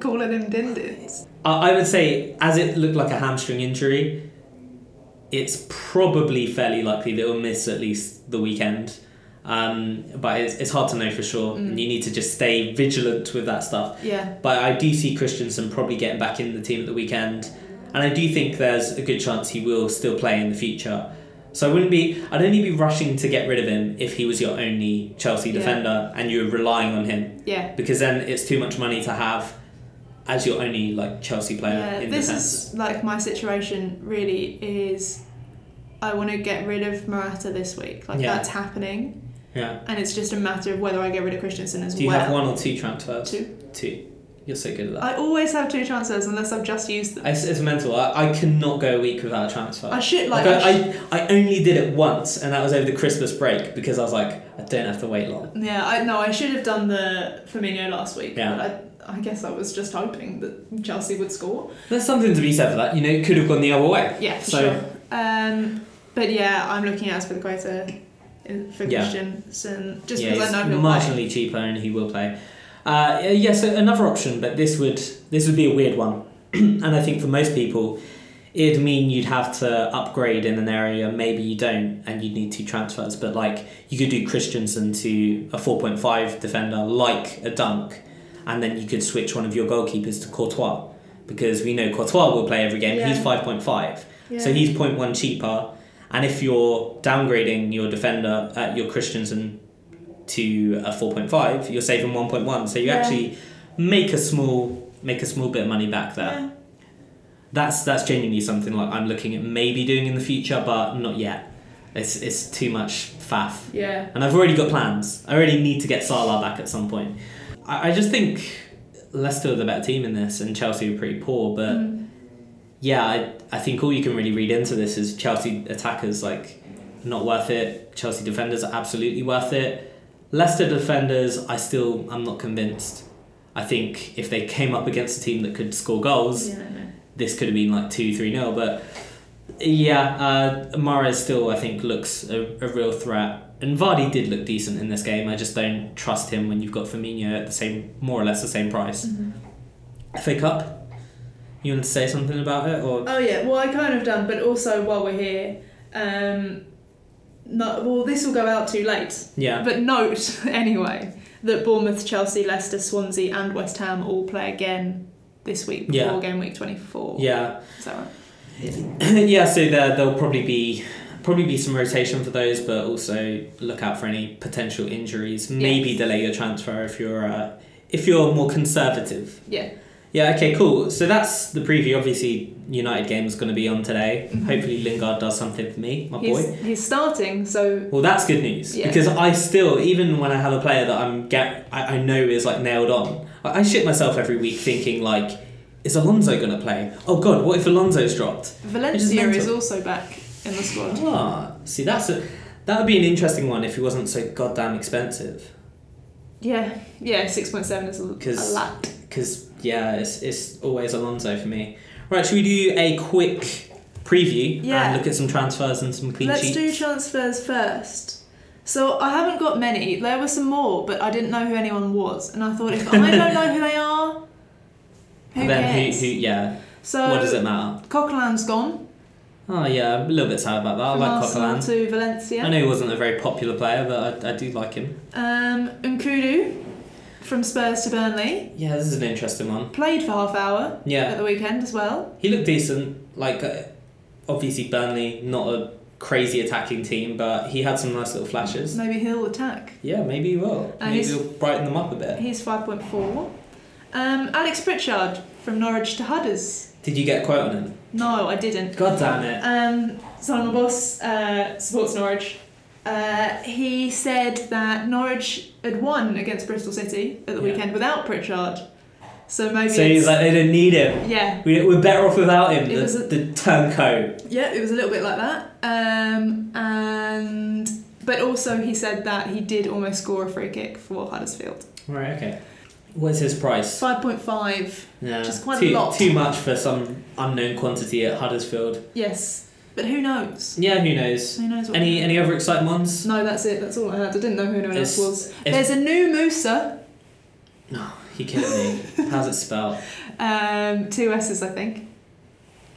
Speaker 2: <laughs> calling him dindins.
Speaker 1: I, I would say, as it looked like a hamstring injury, it's probably fairly likely that we'll miss at least the weekend. Um, but it's, it's hard to know for sure. And you need to just stay vigilant with that stuff.
Speaker 2: Yeah.
Speaker 1: But I do see Christensen probably getting back in the team at the weekend, and I do think there's a good chance he will still play in the future. So I wouldn't be, I'd only be rushing to get rid of him if he was your only Chelsea
Speaker 2: Yeah.
Speaker 1: defender and you're relying on him,
Speaker 2: Yeah.
Speaker 1: because then it's too much money to have as your only like Chelsea player
Speaker 2: Yeah,
Speaker 1: in
Speaker 2: this
Speaker 1: defense.
Speaker 2: is like my situation really is I want to get rid of Morata this week. Like
Speaker 1: Yeah.
Speaker 2: that's happening.
Speaker 1: yeah.
Speaker 2: And it's just a matter of whether I get rid of Christensen as
Speaker 1: Do you
Speaker 2: well.
Speaker 1: have one or two transfers?
Speaker 2: Two.
Speaker 1: Two. You're so good at that.
Speaker 2: I always have two transfers unless I've just used them.
Speaker 1: it's, it's mental. I, I cannot go a week without a transfer.
Speaker 2: I should like,
Speaker 1: Like,
Speaker 2: I sh-
Speaker 1: I, I, I only did it once, and that was over the Christmas break because I was like, I don't have to wait long.
Speaker 2: Yeah, I no, I should have done the Firmino last week.
Speaker 1: Yeah.
Speaker 2: But I I guess I was just hoping that Chelsea would score.
Speaker 1: There's something to be said for that. You know, it could have gone the other way.
Speaker 2: Yeah, for
Speaker 1: So-
Speaker 2: sure. Um but yeah, I'm looking at Aspilicueta in- for
Speaker 1: Yeah.
Speaker 2: Christensen just
Speaker 1: yeah,
Speaker 2: because I
Speaker 1: he's
Speaker 2: know he'll
Speaker 1: marginally
Speaker 2: play.
Speaker 1: cheaper, and he will play. Uh, yeah, so another option, but this would this would be a weird one, <clears throat> and I think for most people, it'd mean you'd have to upgrade in an area. Maybe you don't, and you'd need two transfers. But like, you could do Christensen to a four point five defender, like a dunk, and then you could switch one of your goalkeepers to Courtois, because we know Courtois will play every game.
Speaker 2: Yeah.
Speaker 1: He's five point five.
Speaker 2: Yeah.
Speaker 1: So he's 0.1 cheaper. And if you're downgrading your defender, uh, your Christensen to a 4.5, you're saving 1.1. So you
Speaker 2: Yeah.
Speaker 1: actually make a small make a small bit of money back there.
Speaker 2: Yeah.
Speaker 1: That's that's genuinely something like I'm looking at maybe doing in the future, but not yet. It's it's too much faff.
Speaker 2: Yeah.
Speaker 1: And I've already got plans. I already need to get Salah back at some point. I, I just think Leicester are the better team in this, and Chelsea were pretty poor. But
Speaker 2: Mm.
Speaker 1: yeah, I, I think all you can really read into this is Chelsea attackers like not worth it. Chelsea defenders are absolutely worth it. Leicester defenders, I still I'm not convinced. I think if they came up against a team that could score goals,
Speaker 2: Yeah, I know.
Speaker 1: this could have been like 2 3 0. But yeah, uh, Mares still, I think, looks a, a real threat. And Vardy did look decent in this game. I just don't trust him when you've got Firmino at the same, more or less the same price. FA Cup, you want to say something about it? or
Speaker 2: Oh yeah, well I kind of done, but also while we're here, um, no, well this will go out too late.
Speaker 1: Yeah.
Speaker 2: But note <laughs> anyway that Bournemouth, Chelsea, Leicester, Swansea, and West Ham all play again this week before
Speaker 1: Yeah.
Speaker 2: game week twenty four.
Speaker 1: Yeah. <clears throat>
Speaker 2: Is that right?
Speaker 1: yeah, so there, there'll probably be. Probably be some rotation for those, but also look out for any potential injuries. Maybe delay your transfer if you're uh, if you're more conservative.
Speaker 2: Yeah.
Speaker 1: Yeah, okay, cool. So that's the preview. Obviously, United game is going to be on today. Hopefully, Lingard does something for me, my boy.
Speaker 2: He's, he's starting, so
Speaker 1: Well, that's good news
Speaker 2: Yeah.
Speaker 1: because I still, even when I have a player that I'm get, I, I know is like nailed on. I, I shit myself every week thinking like, is Alonso going to play? Oh God, what if Alonso's dropped?
Speaker 5: Valencia
Speaker 1: mental.
Speaker 5: is also back in the squad.
Speaker 1: Ah, see, that's a that would be an interesting one if he wasn't so goddamn expensive.
Speaker 2: yeah, yeah, six point seven is a, a
Speaker 1: 'Cause-
Speaker 2: lot.
Speaker 1: Because yeah, it's it's always Alonso for me. Right, should we do a quick preview
Speaker 2: Yeah.
Speaker 1: and look at some transfers and some clean
Speaker 2: Let's
Speaker 1: sheets?
Speaker 2: do transfers first. So I haven't got many. There were some more, but I didn't know who anyone was, and I thought if
Speaker 1: <laughs>
Speaker 2: I don't know who they are, who
Speaker 1: And then
Speaker 2: cares?
Speaker 1: who, who yeah,
Speaker 2: so
Speaker 1: what does it matter?
Speaker 2: Coquelin's gone
Speaker 1: Oh yeah, I'm a little bit sad about that. I
Speaker 2: from
Speaker 1: like
Speaker 2: Arsenal
Speaker 1: Coquelin.
Speaker 2: to Valencia.
Speaker 1: I know he wasn't a very popular player, but I, I do like him.
Speaker 2: Um, Nkudu from Spurs to Burnley
Speaker 1: Yeah, this is an interesting one.
Speaker 2: played for half hour at
Speaker 1: Yeah,
Speaker 2: the weekend as well.
Speaker 1: he looked decent. Like, uh, obviously Burnley, not a crazy attacking team, but he had some nice little flashes.
Speaker 2: Maybe he'll attack.
Speaker 1: Yeah, maybe he will.
Speaker 2: And
Speaker 1: maybe
Speaker 2: he's-
Speaker 1: he'll brighten them up a bit.
Speaker 2: He's five point four. Um, Alex Pritchard from Norwich to Hudders.
Speaker 1: Did you get a quote on him?
Speaker 2: No, I didn't.
Speaker 1: God damn it.
Speaker 2: Um, so my boss uh, supports Norwich. Uh, he said that Norwich had won against Bristol City at the
Speaker 1: Yeah.
Speaker 2: weekend without Pritchard. So maybe
Speaker 1: So
Speaker 2: it's,
Speaker 1: he's like, they don't need him.
Speaker 2: yeah,
Speaker 1: We, we're better off without him.
Speaker 2: It
Speaker 1: The,
Speaker 2: was a-
Speaker 1: the turncoat.
Speaker 2: Yeah, it was a little bit like that. Um, and but also he said that he did almost score a free kick for Huddersfield.
Speaker 1: Right, okay. What's his price?
Speaker 2: Five point five.
Speaker 1: Yeah,
Speaker 2: Just quite a
Speaker 1: too,
Speaker 2: lot.
Speaker 1: Too much for some unknown quantity at Huddersfield.
Speaker 2: Yes, but who knows?
Speaker 1: Yeah, who knows?
Speaker 2: Who knows what?
Speaker 1: Any any other exciting ones?
Speaker 2: no, that's it. That's all I had. I didn't know who anyone else
Speaker 1: It's-
Speaker 2: was.
Speaker 1: it's-
Speaker 2: There's a new Musa.
Speaker 1: You kidding me? How's it
Speaker 2: <laughs>
Speaker 1: spelled?
Speaker 2: Um, two S's, I think.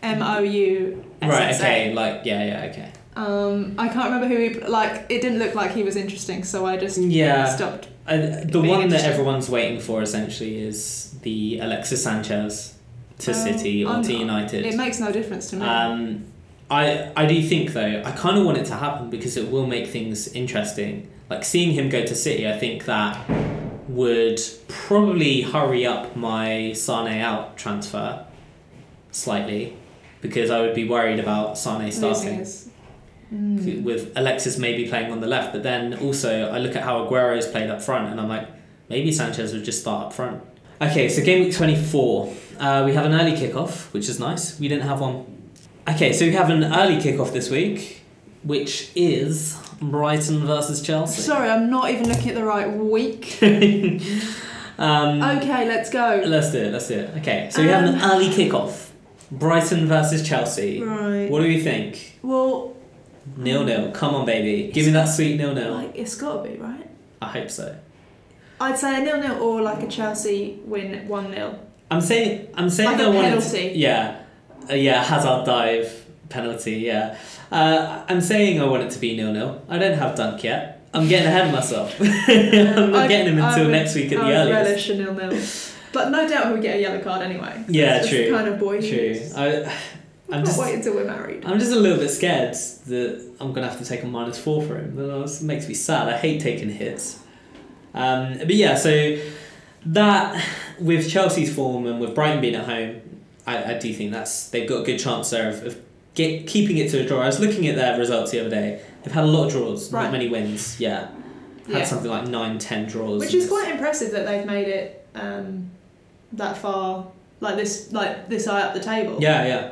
Speaker 2: M O U.
Speaker 1: Right. Okay. Like yeah. Yeah. Okay.
Speaker 2: Um, I can't remember who he like. It didn't look like he was interesting, so I just
Speaker 1: Yeah.
Speaker 2: stopped.
Speaker 1: I, the
Speaker 2: Being
Speaker 1: one that
Speaker 2: interesting.
Speaker 1: everyone's waiting for essentially is the Alexis Sanchez to
Speaker 2: Um,
Speaker 1: City or
Speaker 2: I'm
Speaker 1: to
Speaker 2: not-
Speaker 1: United.
Speaker 2: It makes no difference to me.
Speaker 1: Um, I I do think though I kind of want it to happen because it will make things interesting. Like seeing him go to City, I think that would probably hurry up my Sane out transfer slightly because I would be worried about Sane
Speaker 2: Losing
Speaker 1: starting
Speaker 2: his- Mm.
Speaker 1: with Alexis maybe playing on the left. But then also I look at how Aguero's played up front and I'm like maybe Sanchez would just start up front. Okay, so game week 24. Uh, we have an early kickoff, which is nice. We didn't have one. Okay, so we have an early kickoff this week, which is Brighton versus Chelsea.
Speaker 2: Sorry, I'm not even looking at the right week.
Speaker 1: <laughs> um,
Speaker 2: Okay, Um, let's go.
Speaker 1: Let's do it, let's do it. Okay, so we have an early kickoff. Brighton versus Chelsea.
Speaker 2: Right.
Speaker 1: What do we think?
Speaker 2: Well,
Speaker 1: Nil nil. Come on, baby. Give me that sweet nil nil.
Speaker 2: like it's got to be right.
Speaker 1: I hope so.
Speaker 2: I'd say a nil nil or like a Chelsea win one 0
Speaker 1: I'm saying I'm saying
Speaker 2: Like a
Speaker 1: I wanted
Speaker 2: penalty.
Speaker 1: yeah, uh, yeah, Hazard dive penalty. Yeah, uh, I'm saying I want it to be nil nil. I don't have dunk yet. I'm getting ahead of myself. <laughs> I'm not
Speaker 2: I-
Speaker 1: getting him
Speaker 2: I
Speaker 1: until
Speaker 2: would-
Speaker 1: next week
Speaker 2: I
Speaker 1: at the
Speaker 2: would
Speaker 1: earliest.
Speaker 2: relish a nil nil, but no doubt we'll get a yellow card anyway. So
Speaker 1: Yeah,
Speaker 2: it's just
Speaker 1: true,
Speaker 2: Kind of boy.
Speaker 1: True. I, I'm
Speaker 2: Can't
Speaker 1: just
Speaker 2: wait until we're married.
Speaker 1: I'm just a little bit scared that I'm gonna have to take a minus four for him. That always makes me sad. I hate taking hits. Um, but yeah, so that with Chelsea's form and with Brighton being at home, I, I do think that's they've got a good chance there of, of get keeping it to a draw. I was looking at their results the other day. They've had a lot of draws,
Speaker 2: Right.
Speaker 1: not many wins. Yeah, had
Speaker 3: Yeah.
Speaker 1: something like nine, ten draws,
Speaker 3: Which is quite impressive that they've made it um, that far, like this, like this high up the table.
Speaker 2: <laughs>
Speaker 1: Yeah, yeah.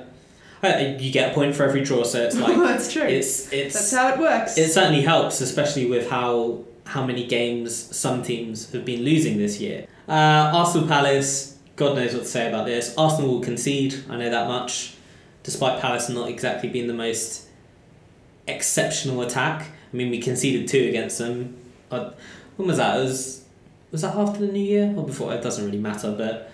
Speaker 1: Uh, you get a point for every draw, so it's like
Speaker 3: that's <laughs> true.
Speaker 1: it's
Speaker 3: that's
Speaker 1: it's
Speaker 3: how it works.
Speaker 1: it certainly helps, especially with how how many games some teams have been losing this year. Uh, Arsenal Palace, God knows what to say about this. Arsenal will concede, I know that much, despite Palace not exactly being the most exceptional attack. I mean, we conceded two against them. Uh, when was that? It was was that after the New Year or before? It doesn't really matter, but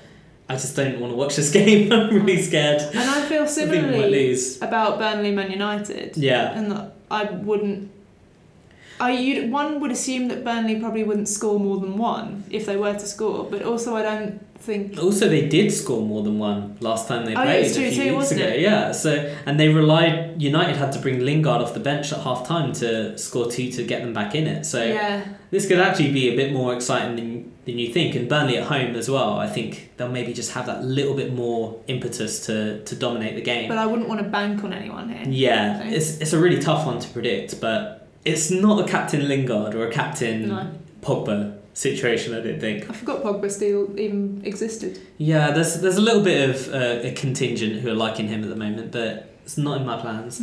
Speaker 1: I just don't want to watch this <laughs> game. I'm really scared.
Speaker 3: and I
Speaker 1: <laughs>
Speaker 3: feel
Speaker 1: I think we might
Speaker 3: similarly
Speaker 1: lose.
Speaker 2: about Burnley Man United.
Speaker 1: Yeah.
Speaker 2: And that I wouldn't. I you'd, one would assume that Burnley probably wouldn't score more than one if they were to score, but also I don't think.
Speaker 1: Also, they did score more than one last time they
Speaker 2: Oh, yeah,
Speaker 1: played
Speaker 2: it's
Speaker 1: a few
Speaker 2: 2-2,
Speaker 1: weeks
Speaker 2: wasn't
Speaker 1: ago.
Speaker 2: it?
Speaker 1: Yeah. So and they relied. United had to bring Lingard off the bench at half time to score two to get them back in it. So
Speaker 2: Yeah,
Speaker 1: this could actually be a bit more exciting than, than you think. And Burnley at home as well. I think they'll maybe just have that little bit more impetus to to dominate the game.
Speaker 2: but I wouldn't want to bank on anyone here.
Speaker 1: yeah,
Speaker 2: Okay.
Speaker 1: it's it's a really tough one to predict, but it's not a captain Lingard or a captain
Speaker 2: No.
Speaker 1: Pogba situation. I don't think.
Speaker 2: I forgot Pogba still even
Speaker 1: <laughs>
Speaker 2: existed.
Speaker 1: Yeah, there's there's a little bit of uh, a contingent who are liking him at the moment, but it's not in my plans.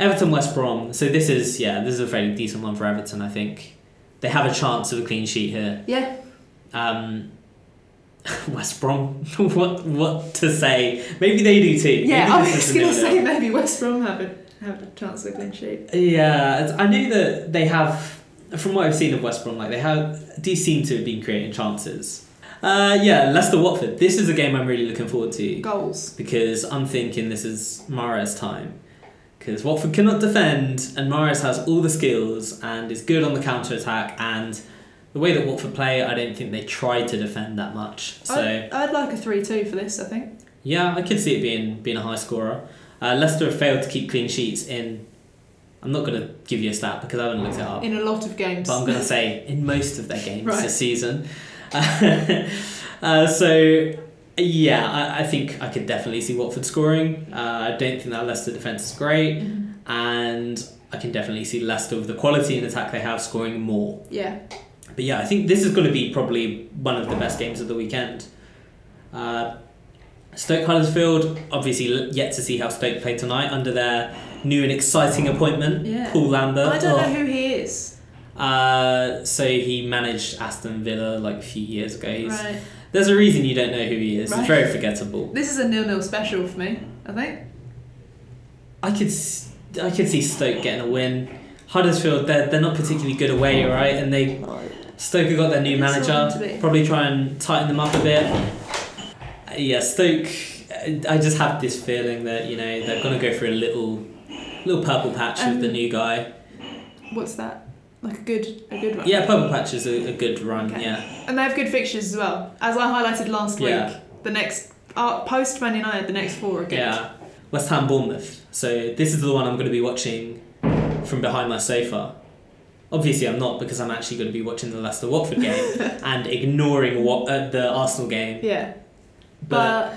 Speaker 1: Everton West Brom. So this is yeah, this is a fairly decent one for Everton. I think they have a chance of a clean sheet here.
Speaker 2: Yeah,
Speaker 1: Um, <laughs> West Brom. <laughs> what what to say? Maybe they do too.
Speaker 2: yeah.
Speaker 1: Maybe
Speaker 2: I
Speaker 1: this is a
Speaker 2: was going to
Speaker 1: nil-nil.
Speaker 2: say that.
Speaker 3: maybe West Brom have a have a chance of a clean sheet.
Speaker 1: Yeah, it's- I knew that they have, from what I've seen of West Brom, like they have do seem to have been creating chances. Uh, yeah, Leicester Watford. This is a game I'm really looking forward to.
Speaker 2: Goals.
Speaker 1: because I'm thinking this is Mares time. Because Watford cannot defend, and Mares has all the skills and is good on the counter attack. And the way that Watford play, I don't think they try to defend that much. So
Speaker 2: Oh.
Speaker 3: I'd, I'd like a three-two for this. I think.
Speaker 1: yeah, I could see it being being a high scorer. Uh, Leicester have failed to keep clean sheets in. I'm not going to give you a stat because I haven't looked it up,
Speaker 2: In a lot of games.
Speaker 1: but I'm going to say in most of their games
Speaker 3: Right.
Speaker 1: this season. <laughs> uh, so yeah, I, I think I could definitely see Watford scoring. Uh, I don't think that Leicester defense is great,
Speaker 2: Mhm.
Speaker 1: and I can definitely see Leicester with the quality and attack they have scoring more. <laughs>
Speaker 3: Yeah.
Speaker 1: But yeah, I think this is going to be probably one of the best games of the weekend. Uh, Stoke Huddersfield, obviously l- yet to see how Stoke play tonight under their new and exciting appointment,
Speaker 3: Yeah.
Speaker 1: Paul Lambert.
Speaker 3: I don't
Speaker 1: Oh.
Speaker 3: know who he is.
Speaker 1: Uh, so he managed Aston Villa like a few years ago. He's,
Speaker 3: Right.
Speaker 1: There's a reason you don't know who he is.
Speaker 3: Right.
Speaker 1: He's very forgettable.
Speaker 3: This is a nil-nil special for me. I think.
Speaker 1: I could s- I could see Stoke getting a win. Huddersfield, they're, they're not particularly good away, right? And they Stoke have got their new
Speaker 3: It's not meant to
Speaker 1: manager.
Speaker 3: be.
Speaker 1: Probably try and tighten them up a bit. Uh, Yeah, Stoke. uh, I just have this feeling that you know they're gonna go for a little, little purple patch
Speaker 2: Um,
Speaker 1: with the new guy.
Speaker 2: What's that? Like a good, a good one.
Speaker 1: Yeah, purple patch is a, a good run.
Speaker 2: Okay.
Speaker 1: Yeah,
Speaker 3: And they have good fixtures as well. As I highlighted last
Speaker 1: Yeah.
Speaker 3: week, the next uh, post Man United, the next four are good.
Speaker 1: yeah. West Ham, Bournemouth. So this is the one I'm gonna be watching from behind my sofa. Obviously, I'm not because I'm actually going to be watching the Leicester Watford game and ignoring what uh, the Arsenal game.
Speaker 3: Yeah.
Speaker 1: but Uh,
Speaker 3: But,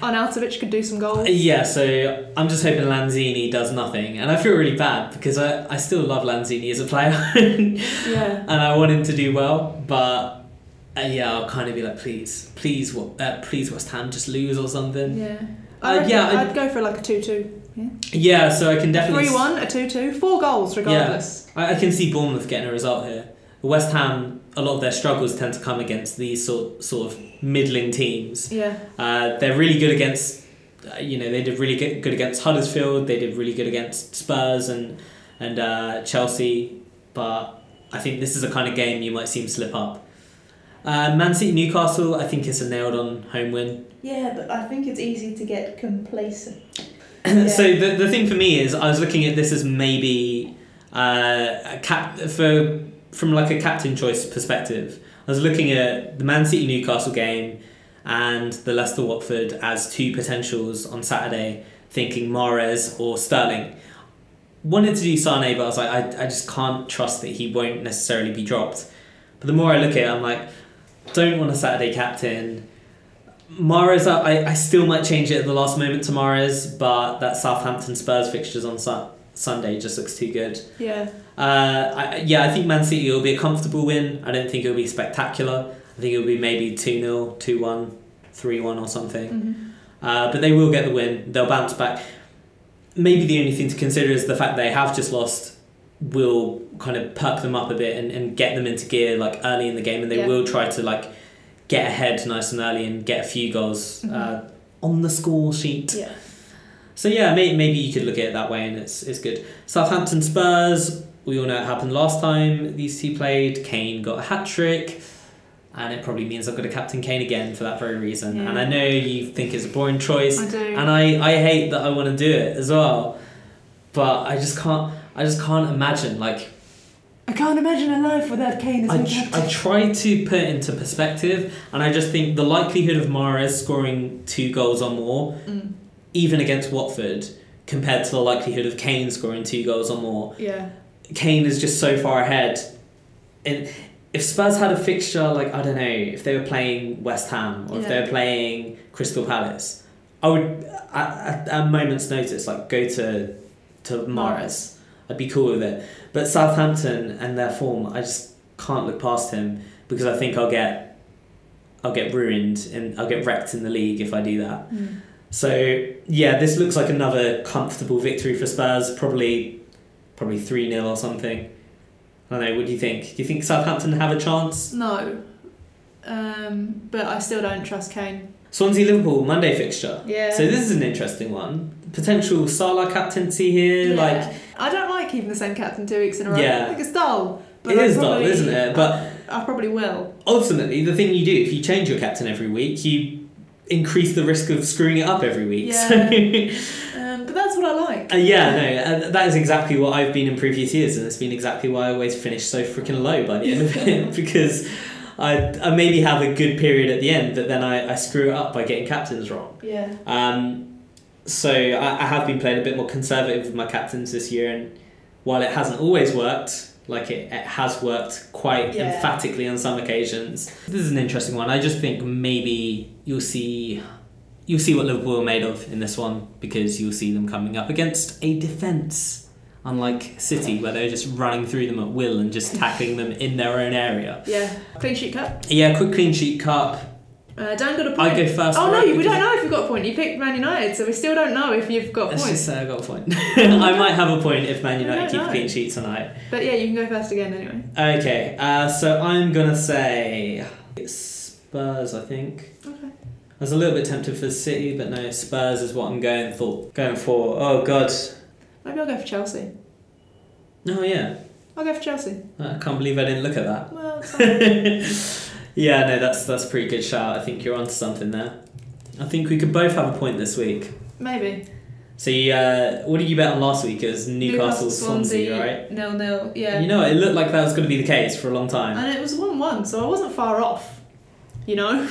Speaker 3: Arnautovic could do some goals.
Speaker 1: Yeah, so I'm just hoping Lanzini does nothing. And I feel really bad because I, I still love Lanzini as a player <laughs> and
Speaker 3: Yeah.
Speaker 1: I want him to do well. But uh, yeah, I'll kind of be like, please, please, Wa- uh, please, West Ham, just lose or something.
Speaker 3: Yeah. I
Speaker 1: Uh,
Speaker 3: reckon
Speaker 1: yeah, I-
Speaker 3: I'd go for like a 2 2.
Speaker 1: Yeah, so I can
Speaker 3: 3
Speaker 1: definitely.
Speaker 3: 1, a 2 2. Four goals, regardless.
Speaker 1: I, I can see Bournemouth getting a result here. West Ham, a lot of their struggles tend to come against these sort, sort of middling teams.
Speaker 3: Yeah.
Speaker 1: Uh, they're really good against, uh, you know, they did really good, good against Huddersfield. They did really good against Spurs and and uh, Chelsea. But I think this is the kind of game you might see them slip up. Uh, Man City Newcastle, I think it's a nailed on home win.
Speaker 3: Yeah, but I think it's easy to get complacent.
Speaker 1: <clears throat> so the, the thing for me is I was looking at this as maybe uh, a cap for from like a captain choice perspective. I was looking at the Man City Newcastle game and the Leicester Watford as two potentials on Saturday, thinking Mares or Sterling. Wanted to do Sane, but I was like, I, I just can't trust that he won't necessarily be dropped. But the more I look at it, I'm like, Don't want a Saturday captain. Mares, I, I still might change it at the last moment to Mares, but that Southampton Spurs fixtures on su- Sunday just looks too good.
Speaker 2: Yeah.
Speaker 1: Uh, I, yeah, I think Man City will be a comfortable win. I don't think it'll be spectacular. I think it'll be maybe 2 0, 2 1, 3 1 or something.
Speaker 2: Mhm.
Speaker 1: Uh, but they will get the win. They'll bounce back. Maybe the only thing to consider is the fact they have just lost will kind of perk them up a bit and, and get them into gear like early in the game and they
Speaker 2: Yeah.
Speaker 1: will try to like get ahead nice and early and get a few goals uh, on the score sheet.
Speaker 2: Yeah.
Speaker 1: So yeah, may, maybe you could look at it that way and it's, it's good. Southampton Spurs, we all know it happened last time these two played. Kane got a hat trick. And it probably means I've got to captain Kane again for that very reason. And I
Speaker 2: Yeah.
Speaker 1: know you think it's a boring choice.
Speaker 2: I do.
Speaker 1: And I, I hate that I want to do it as well. But I just can't I just can't imagine like
Speaker 2: I can't imagine a life without Kane as
Speaker 1: I,
Speaker 2: my
Speaker 1: tr-
Speaker 2: captain.
Speaker 1: I try to put into perspective and I just think the likelihood of Mares scoring two goals or more
Speaker 2: Mm.
Speaker 1: even against Watford compared to the likelihood of Kane scoring two goals or more
Speaker 2: Yeah.
Speaker 1: Kane is just so far ahead. And if Spurs had a fixture like I don't know, if they were playing West Ham or if they
Speaker 2: Yeah.
Speaker 1: were playing Crystal Palace, I would at, at a moment's notice like go to to Mares. I'd be cool with it. But Southampton and their form, I just can't look past him because I think I'll get I'll get ruined and I'll get wrecked in the league if I do that.
Speaker 2: Mm.
Speaker 1: So yeah, this looks like another comfortable victory for Spurs. Probably, probably three 0 or something. I don't know. What do you think? Do you think Southampton have a chance?
Speaker 2: No. Um, but I still don't trust Kane.
Speaker 1: Swansea Liverpool Monday fixture.
Speaker 2: Yeah.
Speaker 1: So this is an interesting one. Potential Salah captaincy here. Like
Speaker 2: I don't like keeping the same captain two weeks in a row.
Speaker 1: Yeah.
Speaker 2: I think it's dull. But
Speaker 1: it
Speaker 2: I
Speaker 1: is
Speaker 2: probably,
Speaker 1: dull, isn't it? But
Speaker 2: I probably will.
Speaker 1: ultimately, the thing you do if you change your captain every week, you increase the risk of screwing it up every week.
Speaker 2: Yeah.
Speaker 1: So- <laughs>
Speaker 2: Um, but that's what I like.
Speaker 1: Uh, yeah, no, uh, that is exactly what I've been in previous years, and it's been exactly why I always finish so freaking low by the end of it because I, I maybe have a good period at the end, but then I, I screw it up by getting captains wrong.
Speaker 2: Yeah.
Speaker 1: Um, so I, I have been playing a bit more conservative with my captains this year, and while it hasn't always worked, like it, it has worked quite
Speaker 2: Yeah.
Speaker 1: emphatically on some occasions. This is an interesting one. I just think maybe you'll see. You'll see what Liverpool are made of in this one because you'll see them coming up against a defence, unlike City, where they're just running through them at will and just tackling them in their own area.
Speaker 2: Yeah. Clean sheet cup.
Speaker 1: Yeah, quick clean sheet cup.
Speaker 2: Uh, Dan got a point.
Speaker 1: I go first.
Speaker 2: Oh no,
Speaker 1: alright,
Speaker 2: you- we
Speaker 1: because-
Speaker 2: don't know if you've got a point. You picked Man United, so we still don't know if you've got a
Speaker 1: Let's
Speaker 2: point.
Speaker 1: just say I got a point. <laughs> I might have a point if Man
Speaker 2: I
Speaker 1: United
Speaker 2: don't
Speaker 1: keep
Speaker 2: know.
Speaker 1: clean sheets tonight.
Speaker 2: But yeah, you can go first again anyway.
Speaker 1: Okay, uh, so I'm gonna say Spurs. I think
Speaker 2: Okay.
Speaker 1: I was a little bit tempted for City, but no, Spurs is what I'm going for. Going for. Oh God.
Speaker 2: Maybe I'll go for Chelsea.
Speaker 1: Oh yeah.
Speaker 2: I'll go for Chelsea.
Speaker 1: I can't believe I didn't look at that. <laughs>
Speaker 2: Well, it's fine.
Speaker 1: yeah, no, that's that's a pretty good shout. I think you're onto something there. I think we could both have a point this week.
Speaker 2: maybe.
Speaker 1: So, you, uh, what did you bet on last week? It was Newcastle, Swansea, right?
Speaker 2: Nil nil. Yeah.
Speaker 1: You know, what, it looked like that was going to be the case for a long time.
Speaker 2: and it was one one, so I wasn't far off.
Speaker 1: <laughs>
Speaker 2: You know.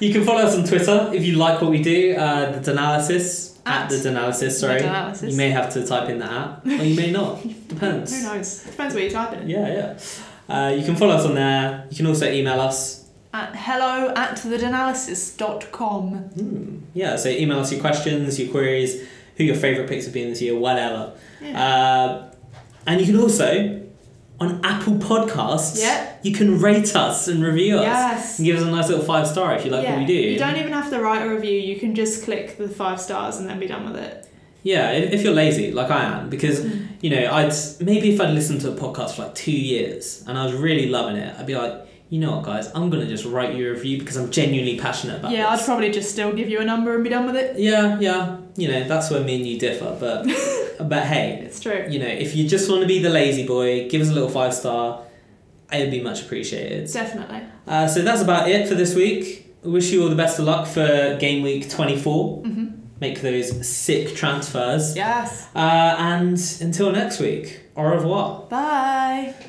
Speaker 1: You can follow us on Twitter if you like what we do. Uh, the Denalysis at,
Speaker 2: At
Speaker 1: the Denalysis. Sorry,
Speaker 2: The Denalysis.
Speaker 1: you may have to type in the at, or you may
Speaker 2: <laughs>
Speaker 1: not.
Speaker 2: Who
Speaker 1: Depends.
Speaker 2: knows? Depends where you type it in.
Speaker 1: Yeah, yeah. Uh, you can follow us on there. You can also email us.
Speaker 2: At hello at thedenalysis.com.
Speaker 1: Hmm. Yeah, so email us your questions, your queries, who your favourite picks have been this year, whatever.
Speaker 2: Yeah.
Speaker 1: Uh, and you can also on Apple Podcasts.
Speaker 2: Yeah.
Speaker 1: You can rate us and review us.
Speaker 2: Yes.
Speaker 1: And give us a nice little five star if you like
Speaker 2: yeah.
Speaker 1: what we do.
Speaker 2: You don't even have to write a review. You can just click the five stars and then be done with it.
Speaker 1: Yeah, if, if you're lazy, like I am, because
Speaker 2: Mm.
Speaker 1: you know, I'd maybe if I'd listened to a podcast for like two years and I was really loving it, I'd be like, you know what, guys, I'm gonna just write you a review because I'm genuinely passionate about
Speaker 2: yeah, I'd
Speaker 1: this.
Speaker 2: probably just still give you a number and be done with it.
Speaker 1: yeah, yeah, you know, that's where me and you differ,
Speaker 2: <laughs>
Speaker 1: but but hey,
Speaker 2: It's true.
Speaker 1: you know, if you just want to be the lazy boy, give us a little five star. It'd be much appreciated.
Speaker 2: Definitely.
Speaker 1: Uh, so that's about it for this week. Wish you all the best of luck for game week 24.
Speaker 2: hmm
Speaker 1: Make those sick transfers.
Speaker 2: Yes.
Speaker 1: Uh, and until next week, au revoir.
Speaker 2: Bye.